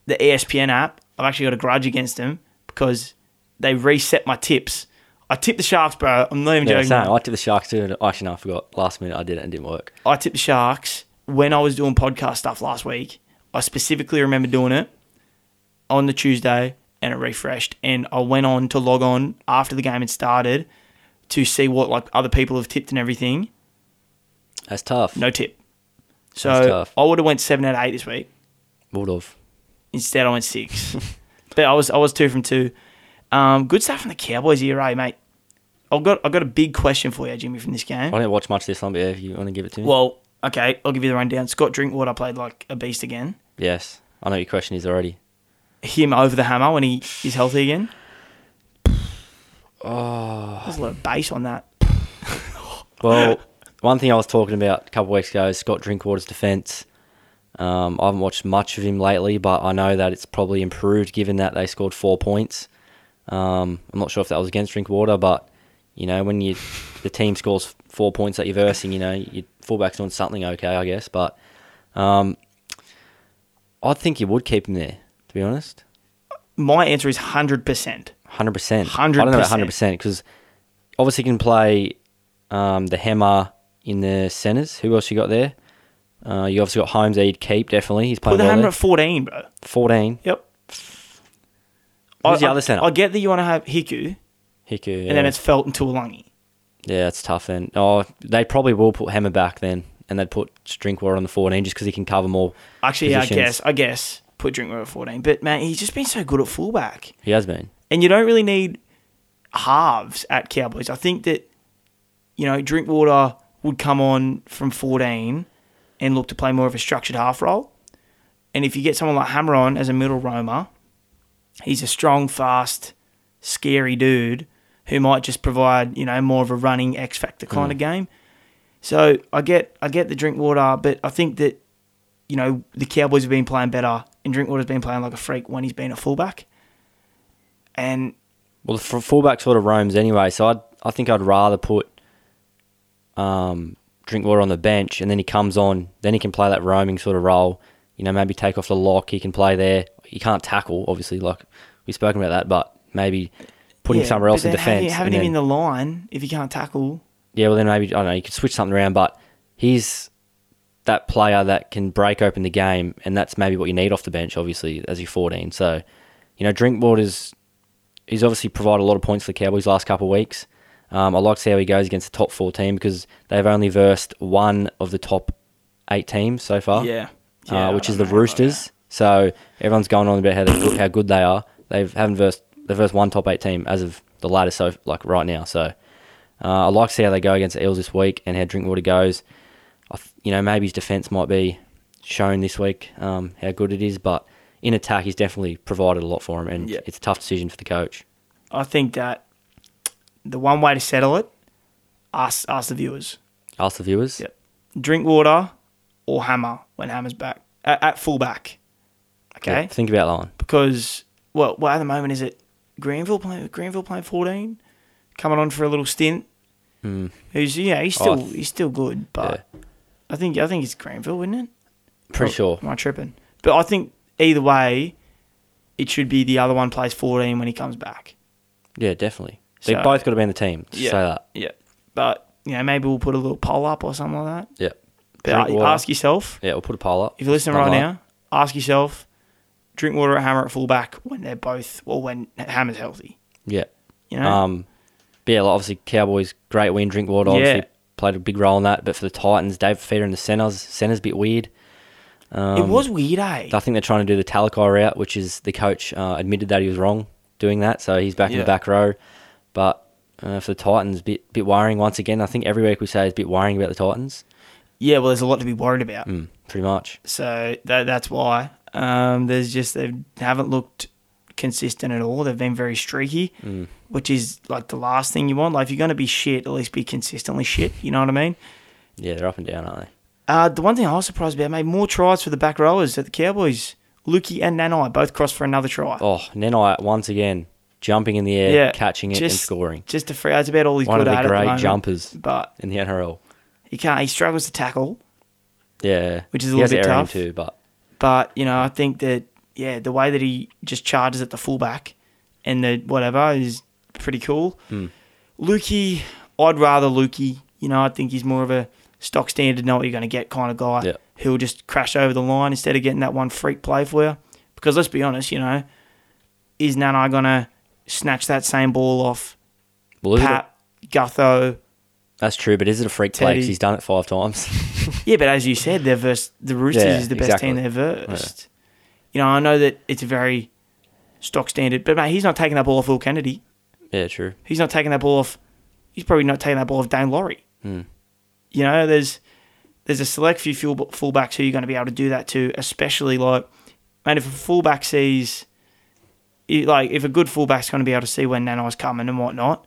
[SPEAKER 1] the E ESPN app, I've actually got a grudge against them because they reset my tips. I tipped the Sharks, bro. I'm not even
[SPEAKER 2] Yeah,
[SPEAKER 1] joking.
[SPEAKER 2] same. I tipped the sharks too. and- Actually, no, I forgot. Last minute, I did it and it didn't work.
[SPEAKER 1] I tipped the Sharks when I was doing podcast stuff last week. I specifically remember doing it on the Tuesday and it refreshed. And I went on to log on after the game had started to see what like other people have tipped and everything.
[SPEAKER 2] That's tough.
[SPEAKER 1] No tip.
[SPEAKER 2] That's
[SPEAKER 1] So
[SPEAKER 2] tough.
[SPEAKER 1] I would have went seven out of eight this week.
[SPEAKER 2] would have. <laughs>
[SPEAKER 1] Instead, I went six. but I was I was two from two. Um, good stuff from the Cowboys ERA, mate. I've got I've got a big question for you, Jimmy, from this game.
[SPEAKER 2] I didn't watch much this one, but yeah, if you want to give it to me.
[SPEAKER 1] Well, okay, I'll give you the rundown. Scott Drinkwater played like a beast again.
[SPEAKER 2] yes. I know your question is already.
[SPEAKER 1] Him over the hammer when he is healthy again.
[SPEAKER 2] Oh.
[SPEAKER 1] There's a lot of bass on that. <laughs>
[SPEAKER 2] Well, one thing I was talking about a couple of weeks ago is Scott Drinkwater's defence. Um, I haven't watched much of him lately, but I know that it's probably improved given that they scored four points. Um, I'm not sure if that was against Drinkwater, but you know
[SPEAKER 1] <laughs>
[SPEAKER 2] when you the team scores four points that you're versing, you know your fullback's doing something okay, I guess. But um, I think you would keep him there, to be honest.
[SPEAKER 1] My answer is hundred percent.
[SPEAKER 2] Hundred percent. I don't know about hundred percent because obviously you can play um, the Hammer in the centres. Who else you got there? Uh, you obviously got Holmes. That you'd keep definitely. He's
[SPEAKER 1] Put
[SPEAKER 2] playing
[SPEAKER 1] the
[SPEAKER 2] well
[SPEAKER 1] hammer
[SPEAKER 2] there.
[SPEAKER 1] at fourteen, bro.
[SPEAKER 2] Fourteen.
[SPEAKER 1] Yep.
[SPEAKER 2] Who's
[SPEAKER 1] I,
[SPEAKER 2] the
[SPEAKER 1] I-
[SPEAKER 2] other centre?
[SPEAKER 1] I get that you want to have Hiku, and
[SPEAKER 2] Hiku. Yeah.
[SPEAKER 1] then it's Felt and Tuolungi.
[SPEAKER 2] yeah, that's tough. Then oh, they probably will put Hammer back then, and they'd put Drinkwater on the fourteen just because he can cover more.
[SPEAKER 1] Actually, yeah, I
[SPEAKER 2] Positions.
[SPEAKER 1] guess I guess put Drinkwater at fourteen. But man, he's just been so good at fullback.
[SPEAKER 2] He has been.
[SPEAKER 1] and you don't really need halves at Cowboys. I think that you know Drinkwater would come on from 14 and look to play more of a structured half role. And if you get someone like Hammer on as a middle roamer, he's a strong, fast, scary dude who might just provide you know more of a running X factor kind of game. So I get I get the Drinkwater, but I think that you know the Cowboys have been playing better, and Drinkwater's been playing like a freak when he's been a fullback. And
[SPEAKER 2] Well, the f- fullback sort of roams anyway, so I'd, I think I'd rather put um, Drinkwater on the bench, and then he comes on, then he can play that roaming sort of role. You know, maybe take off the lock, he can play there. He can't tackle, obviously, like we've spoken about that, but maybe putting
[SPEAKER 1] Yeah,
[SPEAKER 2] somewhere else
[SPEAKER 1] but
[SPEAKER 2] in
[SPEAKER 1] then having-
[SPEAKER 2] defence.
[SPEAKER 1] Having,
[SPEAKER 2] and
[SPEAKER 1] him in
[SPEAKER 2] then-
[SPEAKER 1] the line if he can't tackle.
[SPEAKER 2] yeah, well, then maybe, I don't know, you could switch something around, but he's that player that can break open the game, and that's maybe what you need off the bench, obviously, as you're 14. So, you know, Drinkwater's he's obviously provided a lot of points for the Cowboys last couple of weeks. Um, I like to see how he goes against the top four team because they've only versed one of the top eight teams so far.
[SPEAKER 1] Yeah,
[SPEAKER 2] uh,
[SPEAKER 1] I
[SPEAKER 2] which is
[SPEAKER 1] don't
[SPEAKER 2] the
[SPEAKER 1] know about
[SPEAKER 2] Roosters. So everyone's going on about how they're good, how good they are. They've haven't versed they've versed one top eight team as of the latest, so like right now. So uh, I like to see how they go against the Eels this week and how Drinkwater goes. I th- you know maybe his defence might be shown this week um, how good it is, but in attack he's definitely provided a lot for him, and
[SPEAKER 1] Yeah.
[SPEAKER 2] it's a tough decision for the coach.
[SPEAKER 1] that. I think that the one way to settle it, ask, ask the viewers.
[SPEAKER 2] Ask the viewers.
[SPEAKER 1] Drink water or hammer when hammer's back, at, at fullback. Okay?
[SPEAKER 2] Yeah, think about that one.
[SPEAKER 1] Because, well, well, at the moment, is it Greenville playing, Greenville playing 14? Coming on for a little stint? Who's, yeah, he's
[SPEAKER 2] Hmm. Oh, I
[SPEAKER 1] still, he's still good, but I think I think it's Greenville, wouldn't it?
[SPEAKER 2] Pretty
[SPEAKER 1] Oh,
[SPEAKER 2] sure.
[SPEAKER 1] Am I tripping? But I think either way, it should be the other one plays 14 when he comes back.
[SPEAKER 2] Yeah, definitely. They
[SPEAKER 1] So-
[SPEAKER 2] both got to be in the team. Just say that.
[SPEAKER 1] Yeah. But, you know, maybe we'll put a little poll up or something like that.
[SPEAKER 2] Yeah.
[SPEAKER 1] But uh,
[SPEAKER 2] Drinkwater.
[SPEAKER 1] ask yourself,
[SPEAKER 2] Yeah, we'll put a poll up.
[SPEAKER 1] if you're listening right
[SPEAKER 2] Online.
[SPEAKER 1] now, ask yourself, drink water at Hammer at fullback when they're both, or when Hammer's healthy.
[SPEAKER 2] Yeah.
[SPEAKER 1] You know?
[SPEAKER 2] Um, but yeah, like, obviously Cowboys great win. Drinkwater obviously
[SPEAKER 1] Yeah.
[SPEAKER 2] played a big role in that. But for the Titans, Dave Feeder in the centers, centers a bit weird. Um,
[SPEAKER 1] it was weird, eh?
[SPEAKER 2] I think they're trying to do the Talakai route, which is the coach uh, admitted that he was wrong doing that, so he's back in
[SPEAKER 1] Yeah.
[SPEAKER 2] the back row. But uh, for the Titans, bit bit worrying once again. I think every week we say is a bit worrying about the Titans.
[SPEAKER 1] yeah, well, there's a lot to be worried about.
[SPEAKER 2] Mm, pretty much.
[SPEAKER 1] So that, that's why. Um, there's just, they haven't looked consistent at all. They've been very streaky,
[SPEAKER 2] Mm.
[SPEAKER 1] which is like the last thing you want. Like, if you're going to be shit, at least be consistently shit. You know what I mean?
[SPEAKER 2] Yeah, they're up and down, aren't they?
[SPEAKER 1] Uh, the one thing I was surprised about, made more tries for the back rowers at the Cowboys. Lukey and Nanai both crossed for another try.
[SPEAKER 2] Oh, Nenai once again jumping in the air, catching it and
[SPEAKER 1] just-
[SPEAKER 2] scoring.
[SPEAKER 1] Just a free. That's about all he's
[SPEAKER 2] One of
[SPEAKER 1] good
[SPEAKER 2] the
[SPEAKER 1] at. at the
[SPEAKER 2] great
[SPEAKER 1] moment.
[SPEAKER 2] jumpers.
[SPEAKER 1] but
[SPEAKER 2] in the NRL.
[SPEAKER 1] he can't. He struggles to tackle.
[SPEAKER 2] Yeah,
[SPEAKER 1] Which is a
[SPEAKER 2] He
[SPEAKER 1] little
[SPEAKER 2] has
[SPEAKER 1] bit
[SPEAKER 2] an error in
[SPEAKER 1] tough.
[SPEAKER 2] too, but
[SPEAKER 1] But you know, I think that yeah, the way that he just charges at the fullback and the whatever is pretty cool.
[SPEAKER 2] Hmm.
[SPEAKER 1] Lukey, I'd rather Lukey. You know, I think he's more of a stock standard, know what you're going to get kind of guy
[SPEAKER 2] Yeah.
[SPEAKER 1] who'll just crash over the line instead of getting that one freak play for you. Because let's be honest, you know, is Nana going to snatch that same ball off
[SPEAKER 2] well, is it a-
[SPEAKER 1] Pat Gutho?
[SPEAKER 2] that's true. But is it a freak play? 'Cause
[SPEAKER 1] Teddy.
[SPEAKER 2] he's done it five times. <laughs>
[SPEAKER 1] Yeah, but as you said, they're versed, the Roosters
[SPEAKER 2] Yeah,
[SPEAKER 1] is the best team
[SPEAKER 2] exactly.
[SPEAKER 1] they've versed. You know, I know that it's a very stock standard. But mate, he's not taking that ball off Will Kennedy.
[SPEAKER 2] Yeah, true.
[SPEAKER 1] He's not taking that ball off. He's probably not taking that ball off Dane Laurie.
[SPEAKER 2] Hmm.
[SPEAKER 1] You know, there's there's a select few full, fullbacks who you're going to be able to do that to, especially like, man, if a fullback sees, i- like, if a good fullback's going to be able to see when Nanai's coming and whatnot,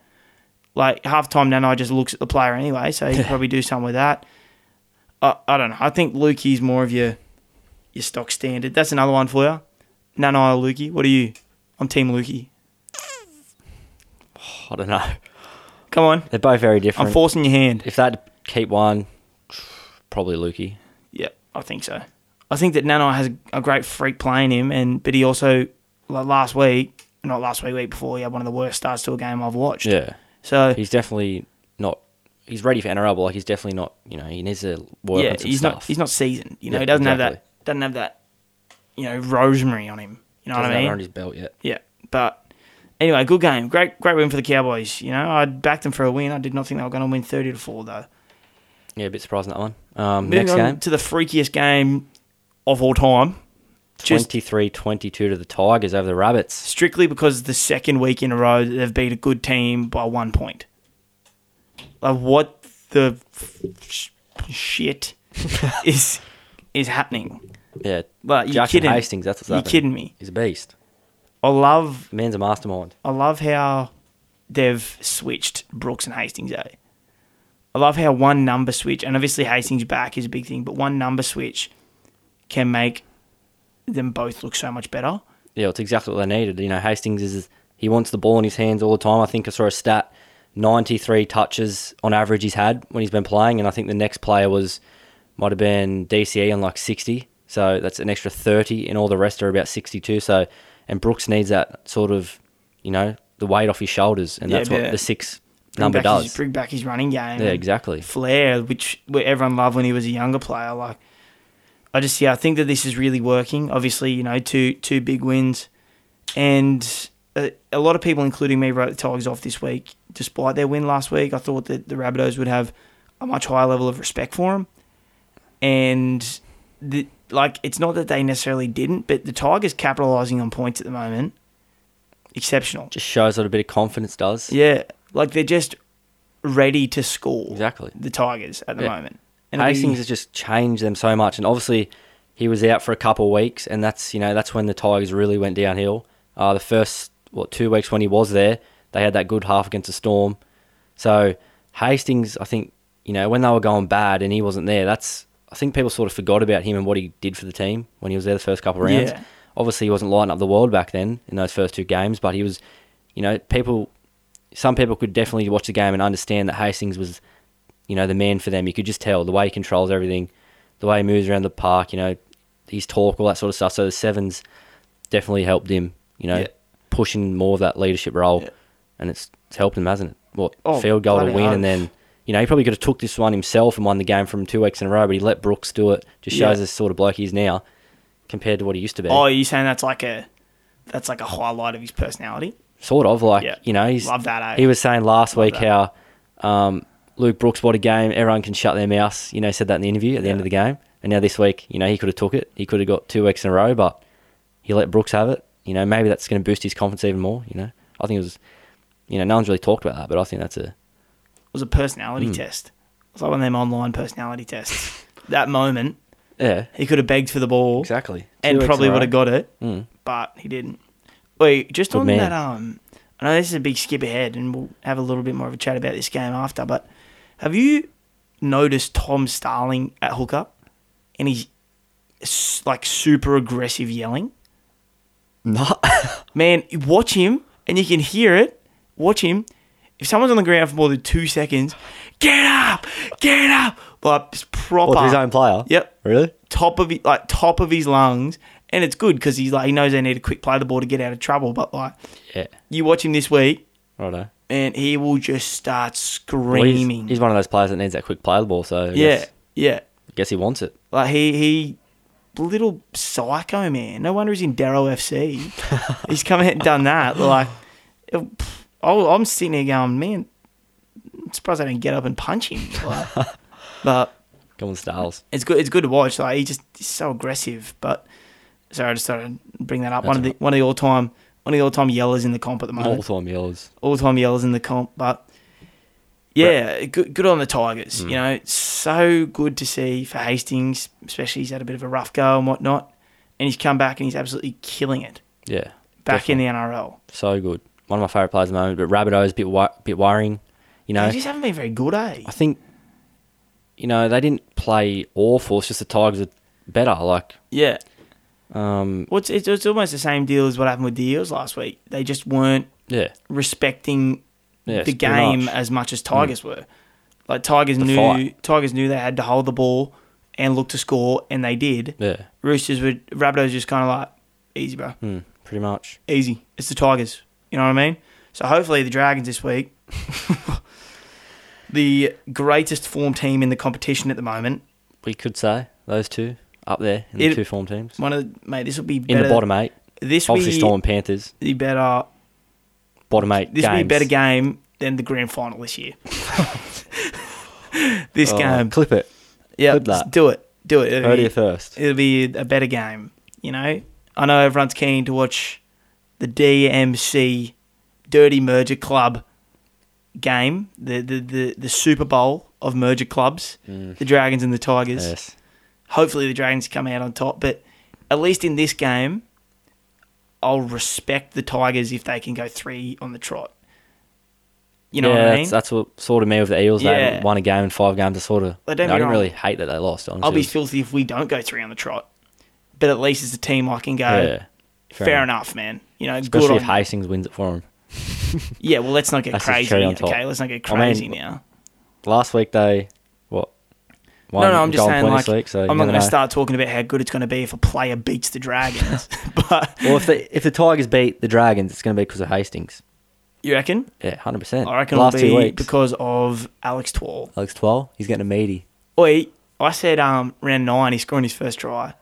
[SPEAKER 1] like, half time Nanai just looks at the player anyway, so you can probably do something with that. I, I don't know. I think Lukey's more of your your stock standard. That's another one for you. Nanai or Lukey? What are you? I'm Team Lukey.
[SPEAKER 2] I don't know.
[SPEAKER 1] Come on.
[SPEAKER 2] They're both very different.
[SPEAKER 1] I'm forcing your hand.
[SPEAKER 2] if that keep one, probably Lukey.
[SPEAKER 1] Yeah, I think so. I think that Nanai has a great freak playing him, and but he also like last week, not last week, week before, he had one of the worst starts to a game I've watched.
[SPEAKER 2] Yeah,
[SPEAKER 1] So
[SPEAKER 2] <laughs> he's definitely not. He's ready for NRL, but like he's definitely not. You know, he needs to work
[SPEAKER 1] yeah,
[SPEAKER 2] on some
[SPEAKER 1] he's
[SPEAKER 2] stuff.
[SPEAKER 1] not he's not seasoned. You know,
[SPEAKER 2] Yeah,
[SPEAKER 1] he doesn't have
[SPEAKER 2] exactly.
[SPEAKER 1] that doesn't have that you know rosemary on him. You know what
[SPEAKER 2] Doesn't
[SPEAKER 1] I
[SPEAKER 2] have it
[SPEAKER 1] mean?
[SPEAKER 2] on his belt yet.
[SPEAKER 1] Yeah, but anyway, good game. Great great win for the Cowboys. You know, I backed them for a win. I did not think they were going to win thirty to four though.
[SPEAKER 2] Yeah, a bit surprising that one. Um,
[SPEAKER 1] Moving
[SPEAKER 2] next
[SPEAKER 1] on
[SPEAKER 2] game,
[SPEAKER 1] to the freakiest game of all time. just-
[SPEAKER 2] 23-22 to the Tigers over the Rabbits.
[SPEAKER 1] strictly because the second week in a row that they've beat a good team by one point. Like what the f- sh-
[SPEAKER 2] <laughs>
[SPEAKER 1] shit is is happening?
[SPEAKER 2] Yeah,
[SPEAKER 1] Like you
[SPEAKER 2] Jackson
[SPEAKER 1] kidding?
[SPEAKER 2] Hastings. That's what's
[SPEAKER 1] you
[SPEAKER 2] happening.
[SPEAKER 1] kidding me?
[SPEAKER 2] He's a beast.
[SPEAKER 1] I love
[SPEAKER 2] The man's a mastermind.
[SPEAKER 1] I love how they've switched Brooks and Hastings. Eh? I love how one number switch and obviously Hastings back is a big thing, but one number switch can make them both look so much better.
[SPEAKER 2] Yeah, it's exactly what they needed. You know, Hastings is he wants the ball in his hands all the time. I think I saw a stat: ninety-three touches on average he's had when he's been playing, and I think the next player was might have been DCE on like sixty. So that's an extra thirty, and all the rest are about sixty-two. So, and Brooks needs that sort of, you know, the weight off his shoulders, and
[SPEAKER 1] Yeah,
[SPEAKER 2] that's
[SPEAKER 1] yeah.
[SPEAKER 2] what the six
[SPEAKER 1] Bring
[SPEAKER 2] number
[SPEAKER 1] back his-
[SPEAKER 2] does.
[SPEAKER 1] bring back his running game.
[SPEAKER 2] Yeah,
[SPEAKER 1] and-
[SPEAKER 2] exactly.
[SPEAKER 1] flair, which what everyone loved when he was a younger player. Like, I just yeah, I think that this is really working. Obviously, you know, two two big wins, and a, a lot of people, including me, wrote the Tigers off this week, despite their win last week. I thought that the Rabbitohs would have a much higher level of respect for him, and the, like it's not that they necessarily didn't, but the Tigers capitalizing on points at the moment, exceptional.
[SPEAKER 2] Just shows what a bit of confidence does.
[SPEAKER 1] Yeah, like they're just ready to score
[SPEAKER 2] Exactly.
[SPEAKER 1] the Tigers at the
[SPEAKER 2] Yeah.
[SPEAKER 1] moment.
[SPEAKER 2] And
[SPEAKER 1] it'll be-
[SPEAKER 2] Hastings has just changed them so much. And obviously, he was out for a couple of weeks, and that's you know that's when the Tigers really went downhill. Uh, the first what two weeks when he was there, they had that good half against the Storm. So Hastings, I think you know when they were going bad and he wasn't there, that's I think people sort of forgot about him and what he did for the team when he was there the first couple of rounds.
[SPEAKER 1] Yeah.
[SPEAKER 2] Obviously, he wasn't lighting up the world back then in those first two games, but he was, you know, people. Some people could definitely watch the game and understand that Hastings was you know, the man for them. You could just tell the way he controls everything, the way he moves around the park, you know, his talk, all that sort of stuff. So the sevens definitely helped him, you know,
[SPEAKER 1] Yeah.
[SPEAKER 2] pushing more of that leadership role,
[SPEAKER 1] Yeah.
[SPEAKER 2] and it's, it's helped him, hasn't it? What
[SPEAKER 1] Oh,
[SPEAKER 2] field goal to
[SPEAKER 1] bloody
[SPEAKER 2] win,
[SPEAKER 1] hell.
[SPEAKER 2] and then you know he probably could have took this one himself and won the game from two weeks in a row, but he let Brooks do it. Just shows
[SPEAKER 1] Yeah.
[SPEAKER 2] the sort of bloke he is now compared to what he used to be.
[SPEAKER 1] Oh, are you saying that's like a that's like a highlight of his personality?
[SPEAKER 2] sort of like
[SPEAKER 1] Yeah.
[SPEAKER 2] you know he's
[SPEAKER 1] Love that, eh?
[SPEAKER 2] he was saying last week
[SPEAKER 1] that.
[SPEAKER 2] how um, Luke Brooks what a game everyone can shut their mouths you know said that in the interview at the end
[SPEAKER 1] Yeah.
[SPEAKER 2] of the game and now this week you know he could have took it he could have got two weeks in a row but he let Brooks have it you know maybe that's going to boost his confidence even more you know I think it was you know no one's really talked about that but I think that's a
[SPEAKER 1] It was a personality
[SPEAKER 2] Hmm.
[SPEAKER 1] test. It was like one of them online personality tests. <laughs> that moment,
[SPEAKER 2] yeah
[SPEAKER 1] he could have begged for the ball
[SPEAKER 2] exactly
[SPEAKER 1] and probably would have got it,
[SPEAKER 2] Mm.
[SPEAKER 1] but he didn't. Wait, just
[SPEAKER 2] Good
[SPEAKER 1] on
[SPEAKER 2] man.
[SPEAKER 1] that. Um, I know this is a big skip ahead, and we'll have a little bit more of a chat about this game after. But have you noticed Tom Starling at hooker, and he's s- like super aggressive yelling?
[SPEAKER 2] <laughs> <laughs> not
[SPEAKER 1] Man, watch him, and you can hear it. Watch him. If someone's on the ground for more than two seconds, get up, get up. Like it's proper.
[SPEAKER 2] his own player
[SPEAKER 1] Yep,
[SPEAKER 2] really
[SPEAKER 1] top of hi- like top of his lungs, and it's good because he's like he knows they need to quick play the ball to get out of trouble. But like
[SPEAKER 2] yeah
[SPEAKER 1] you watch him this week,
[SPEAKER 2] righto
[SPEAKER 1] and he will just start
[SPEAKER 2] Well, he's,
[SPEAKER 1] screaming.
[SPEAKER 2] he's one of those players that needs that quick play the ball so I
[SPEAKER 1] yeah,
[SPEAKER 2] guess,
[SPEAKER 1] yeah.
[SPEAKER 2] I guess he wants it
[SPEAKER 1] Like he he little psycho man. No wonder he's in Darrow FC.
[SPEAKER 2] <laughs>
[SPEAKER 1] he's come out and done that. Like it- pff, I- I'm sitting here going, man, I'm surprised I didn't get up and punch him.
[SPEAKER 2] <laughs>
[SPEAKER 1] Like, but
[SPEAKER 2] come on Styles
[SPEAKER 1] it's good. It's good to watch. Like he just he's so aggressive. But sorry, I just thought I'd bring that up. one of the one of the all time one of the all-time yellers in the comp at the
[SPEAKER 2] All
[SPEAKER 1] moment.
[SPEAKER 2] time yells.
[SPEAKER 1] All-time yellers in the comp, but yeah, good, good on the Tigers.
[SPEAKER 2] Mm.
[SPEAKER 1] You know, it's so good to see for Hastings, especially he's had a bit of a rough go and whatnot, and he's come back and he's absolutely killing it
[SPEAKER 2] Yeah.
[SPEAKER 1] back in the NRL.
[SPEAKER 2] the so good. One of my favorite players at the moment, but Rabbitoh's a bit wor- bit worrying. You know,
[SPEAKER 1] They just haven't been very good, eh?
[SPEAKER 2] I think you know they didn't play awful. It's just the Tigers are better. Like
[SPEAKER 1] Yeah.
[SPEAKER 2] um,
[SPEAKER 1] Well, it's, it's, it's almost the same deal as what happened with the Eels last week. They just weren't
[SPEAKER 2] yeah,
[SPEAKER 1] respecting
[SPEAKER 2] yeah
[SPEAKER 1] the
[SPEAKER 2] it's pretty
[SPEAKER 1] game
[SPEAKER 2] much. Mm.
[SPEAKER 1] as much as Tigers were. Like Tigers knew
[SPEAKER 2] fight.
[SPEAKER 1] Tigers knew they had to hold the ball and look to score, and they did.
[SPEAKER 2] yeah,
[SPEAKER 1] Roosters were Rabbitohs just kind of like easy, bro,
[SPEAKER 2] mm, pretty much.
[SPEAKER 1] easy. It's the Tigers, you know what I mean? So hopefully the Dragons this week, <laughs> the greatest form team in the competition at the moment.
[SPEAKER 2] We could say those two up there in
[SPEAKER 1] It-
[SPEAKER 2] the two form teams
[SPEAKER 1] One of the, mate, this will be
[SPEAKER 2] in
[SPEAKER 1] better.
[SPEAKER 2] the bottom eight.
[SPEAKER 1] This will
[SPEAKER 2] Obviously,
[SPEAKER 1] be
[SPEAKER 2] Storm and Panthers
[SPEAKER 1] the better.
[SPEAKER 2] bottom eight.
[SPEAKER 1] This will be a
[SPEAKER 2] games.
[SPEAKER 1] better game than the grand final this
[SPEAKER 2] <laughs>
[SPEAKER 1] year. <laughs> this
[SPEAKER 2] Oh,
[SPEAKER 1] game,
[SPEAKER 2] clip it.
[SPEAKER 1] yeah,
[SPEAKER 2] clip that.
[SPEAKER 1] just do it, do it. It'll
[SPEAKER 2] Heard it
[SPEAKER 1] be,
[SPEAKER 2] here first.
[SPEAKER 1] it'll be a better game, you know. I know everyone's keen to watch the DMC Dirty Merger Club game, the the the, the Super Bowl of merger clubs, the Dragons and the Tigers.
[SPEAKER 2] Mm. Yes.
[SPEAKER 1] Hopefully, the Dragons come out on top, but at least in this game, I'll respect the Tigers if they can go three on the trot. You know
[SPEAKER 2] yeah,
[SPEAKER 1] what I mean?
[SPEAKER 2] That's, that's what sort of me with the Eels. They
[SPEAKER 1] Yeah.
[SPEAKER 2] haven't won a game in five games. I sort of.
[SPEAKER 1] But don't be
[SPEAKER 2] I didn't
[SPEAKER 1] wrong.
[SPEAKER 2] really hate that they lost. Honestly,
[SPEAKER 1] I'll
[SPEAKER 2] It
[SPEAKER 1] be
[SPEAKER 2] was-
[SPEAKER 1] filthy if we don't go three on the trot, but at least it's a team I can go.
[SPEAKER 2] yeah,
[SPEAKER 1] Fair, enough. man. You know,
[SPEAKER 2] Especially
[SPEAKER 1] good
[SPEAKER 2] if
[SPEAKER 1] on
[SPEAKER 2] Hastings wins it for them.
[SPEAKER 1] Yeah, well, let's not get
[SPEAKER 2] That's just
[SPEAKER 1] crazy.
[SPEAKER 2] cherry on top.
[SPEAKER 1] Okay, let's not get
[SPEAKER 2] I mean,
[SPEAKER 1] crazy now.
[SPEAKER 2] Last week they what?
[SPEAKER 1] No,
[SPEAKER 2] won
[SPEAKER 1] no, I'm just
[SPEAKER 2] goal
[SPEAKER 1] saying,
[SPEAKER 2] plenty
[SPEAKER 1] like,
[SPEAKER 2] this week, so you
[SPEAKER 1] I'm not
[SPEAKER 2] never
[SPEAKER 1] going to
[SPEAKER 2] know.
[SPEAKER 1] start talking about how good it's going to be if a player beats the Dragons. <laughs> but
[SPEAKER 2] Well, if the if the Tigers beat the Dragons, it's going to be because of Hastings.
[SPEAKER 1] you reckon?
[SPEAKER 2] Yeah, hundred percent.
[SPEAKER 1] I reckon
[SPEAKER 2] Last
[SPEAKER 1] it'll be
[SPEAKER 2] two weeks,
[SPEAKER 1] because of Alex Twall.
[SPEAKER 2] Alex Twelve, he's getting a meaty.
[SPEAKER 1] Oi, I said um, round nine, he's scoring his first try.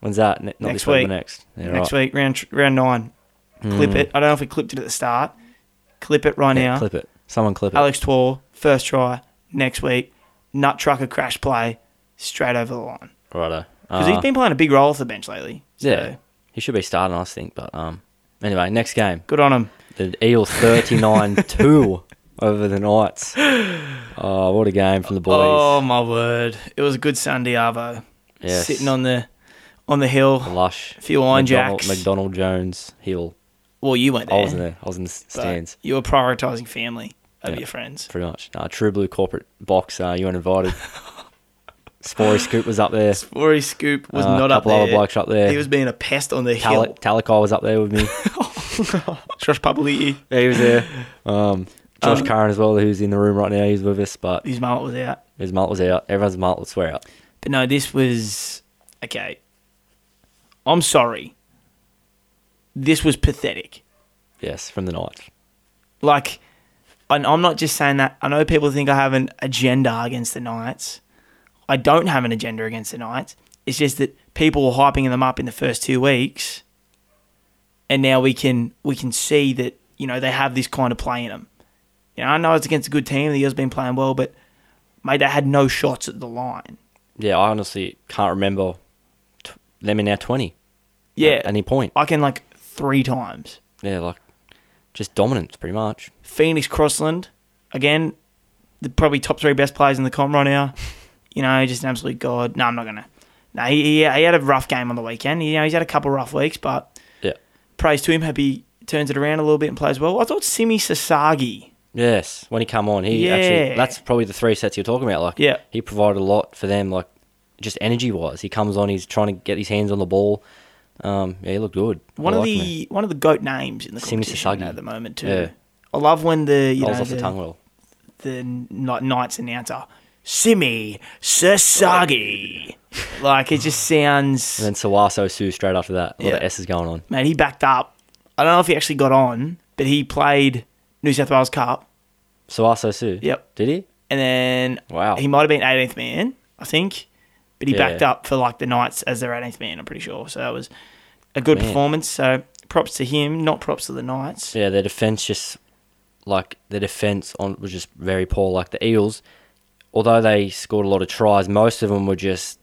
[SPEAKER 2] When's that? Ne- not
[SPEAKER 1] Next
[SPEAKER 2] this week.
[SPEAKER 1] week.
[SPEAKER 2] but next. Yeah,
[SPEAKER 1] Next
[SPEAKER 2] right. Hmm.
[SPEAKER 1] week, round tr- round nine. Clip it. I don't know if we clipped it at the start. Clip it right
[SPEAKER 2] Yeah,
[SPEAKER 1] now.
[SPEAKER 2] clip it. Someone clip it.
[SPEAKER 1] Alex Twall, first try. Next week, nut trucker crash play, straight over the line.
[SPEAKER 2] Righto.
[SPEAKER 1] Because
[SPEAKER 2] Uh,
[SPEAKER 1] he's been playing a big role off the bench lately. So,
[SPEAKER 2] yeah, he should be starting, I think. But um, anyway, next game,
[SPEAKER 1] Good on him.
[SPEAKER 2] the Eels thirty nine
[SPEAKER 1] <laughs>
[SPEAKER 2] two over the Knights. Oh, what a game from the boys.
[SPEAKER 1] Oh my word! It was a good Sunday, Arvo.
[SPEAKER 2] Yes.
[SPEAKER 1] Sitting on the on the
[SPEAKER 2] The
[SPEAKER 1] hill.
[SPEAKER 2] lush.
[SPEAKER 1] few Iron
[SPEAKER 2] McDonald,
[SPEAKER 1] Jacks.
[SPEAKER 2] McDonald Jones Hill.
[SPEAKER 1] Well, you weren't there.
[SPEAKER 2] I wasn't there. I was in the s-
[SPEAKER 1] but
[SPEAKER 2] stands.
[SPEAKER 1] You were prioritising family over
[SPEAKER 2] Yeah.
[SPEAKER 1] your friends.
[SPEAKER 2] Pretty much. Nah, True Blue corporate box. Uh, you
[SPEAKER 1] <laughs>
[SPEAKER 2] weren't invited. Spory Scoop was up there.
[SPEAKER 1] Spory Scoop was
[SPEAKER 2] Uh,
[SPEAKER 1] not up
[SPEAKER 2] couple
[SPEAKER 1] there.
[SPEAKER 2] other blokes up there.
[SPEAKER 1] He was being a pest on the
[SPEAKER 2] Tal-
[SPEAKER 1] hill.
[SPEAKER 2] Talakai was up there with me.
[SPEAKER 1] <laughs> Josh Papali'i,
[SPEAKER 2] yeah, he was there. Um, Josh
[SPEAKER 1] Um,
[SPEAKER 2] Curran as well, who's in the room right now. He's with us, but
[SPEAKER 1] his mullet was out.
[SPEAKER 2] his mullet was out. Everyone's mullet was swear out.
[SPEAKER 1] But no, this was okay. I'm sorry. This was pathetic.
[SPEAKER 2] Yes, from the Knights.
[SPEAKER 1] Like, and I'm not just saying that. I know people think I have an agenda against the Knights. I don't have an agenda against the Knights. It's just that people were hyping them up in the first two weeks, and now we can we can see that you know they have this kind of play in them. You know, I know it's against a good team. The year's been playing well, but mate, they had no shots at the line.
[SPEAKER 2] Yeah, I honestly can't remember t- them in our 20
[SPEAKER 1] Yeah,
[SPEAKER 2] at any point.
[SPEAKER 1] I can like three times.
[SPEAKER 2] Yeah, like just dominance pretty much.
[SPEAKER 1] Phoenix Crossland, again, the probably top three best players in the comp right now. You know, just an absolute god. No, I'm not gonna. No, he, he, he had a rough game on the weekend. You know, he's had a couple rough weeks, but
[SPEAKER 2] Yeah.
[SPEAKER 1] praise to him. Hope he turns it around a little bit and plays well. I thought Simi Sasagi.
[SPEAKER 2] Yes, when he come on, he
[SPEAKER 1] Yeah.
[SPEAKER 2] actually that's probably the three sets you're talking about. Like,
[SPEAKER 1] Yeah.
[SPEAKER 2] he provided a lot for them, like just energy wise. He comes on, he's trying to get his hands on the ball. Um, yeah, he looked good. I
[SPEAKER 1] One of
[SPEAKER 2] liked
[SPEAKER 1] the
[SPEAKER 2] him.
[SPEAKER 1] one of the goat names in the
[SPEAKER 2] Simi
[SPEAKER 1] competition
[SPEAKER 2] Sasagi.
[SPEAKER 1] at the moment too.
[SPEAKER 2] Yeah.
[SPEAKER 1] I love when the you
[SPEAKER 2] I
[SPEAKER 1] know
[SPEAKER 2] was off the tongue
[SPEAKER 1] the,
[SPEAKER 2] well.
[SPEAKER 1] the Kn- Knights announcer Simi Sasagi. like it just sounds.
[SPEAKER 2] And then Sawaso Sue straight after that. A lot
[SPEAKER 1] Yeah.
[SPEAKER 2] of S's going on.
[SPEAKER 1] mate, he backed up. I don't know if he actually got on, but he played New South Wales Cup,
[SPEAKER 2] Sawaso Sue.
[SPEAKER 1] Yep.
[SPEAKER 2] Did he?
[SPEAKER 1] and then
[SPEAKER 2] Wow.
[SPEAKER 1] he might have been 18th man, I think, but he
[SPEAKER 2] Yeah.
[SPEAKER 1] backed up for like the Knights as their 18th man. I'm pretty sure. So that was a good
[SPEAKER 2] Man.
[SPEAKER 1] performance. So props to him, not props to the Knights.
[SPEAKER 2] Yeah, their defense just like their defense on was just very poor. Like the Eels, although they scored a lot of tries, most of them were just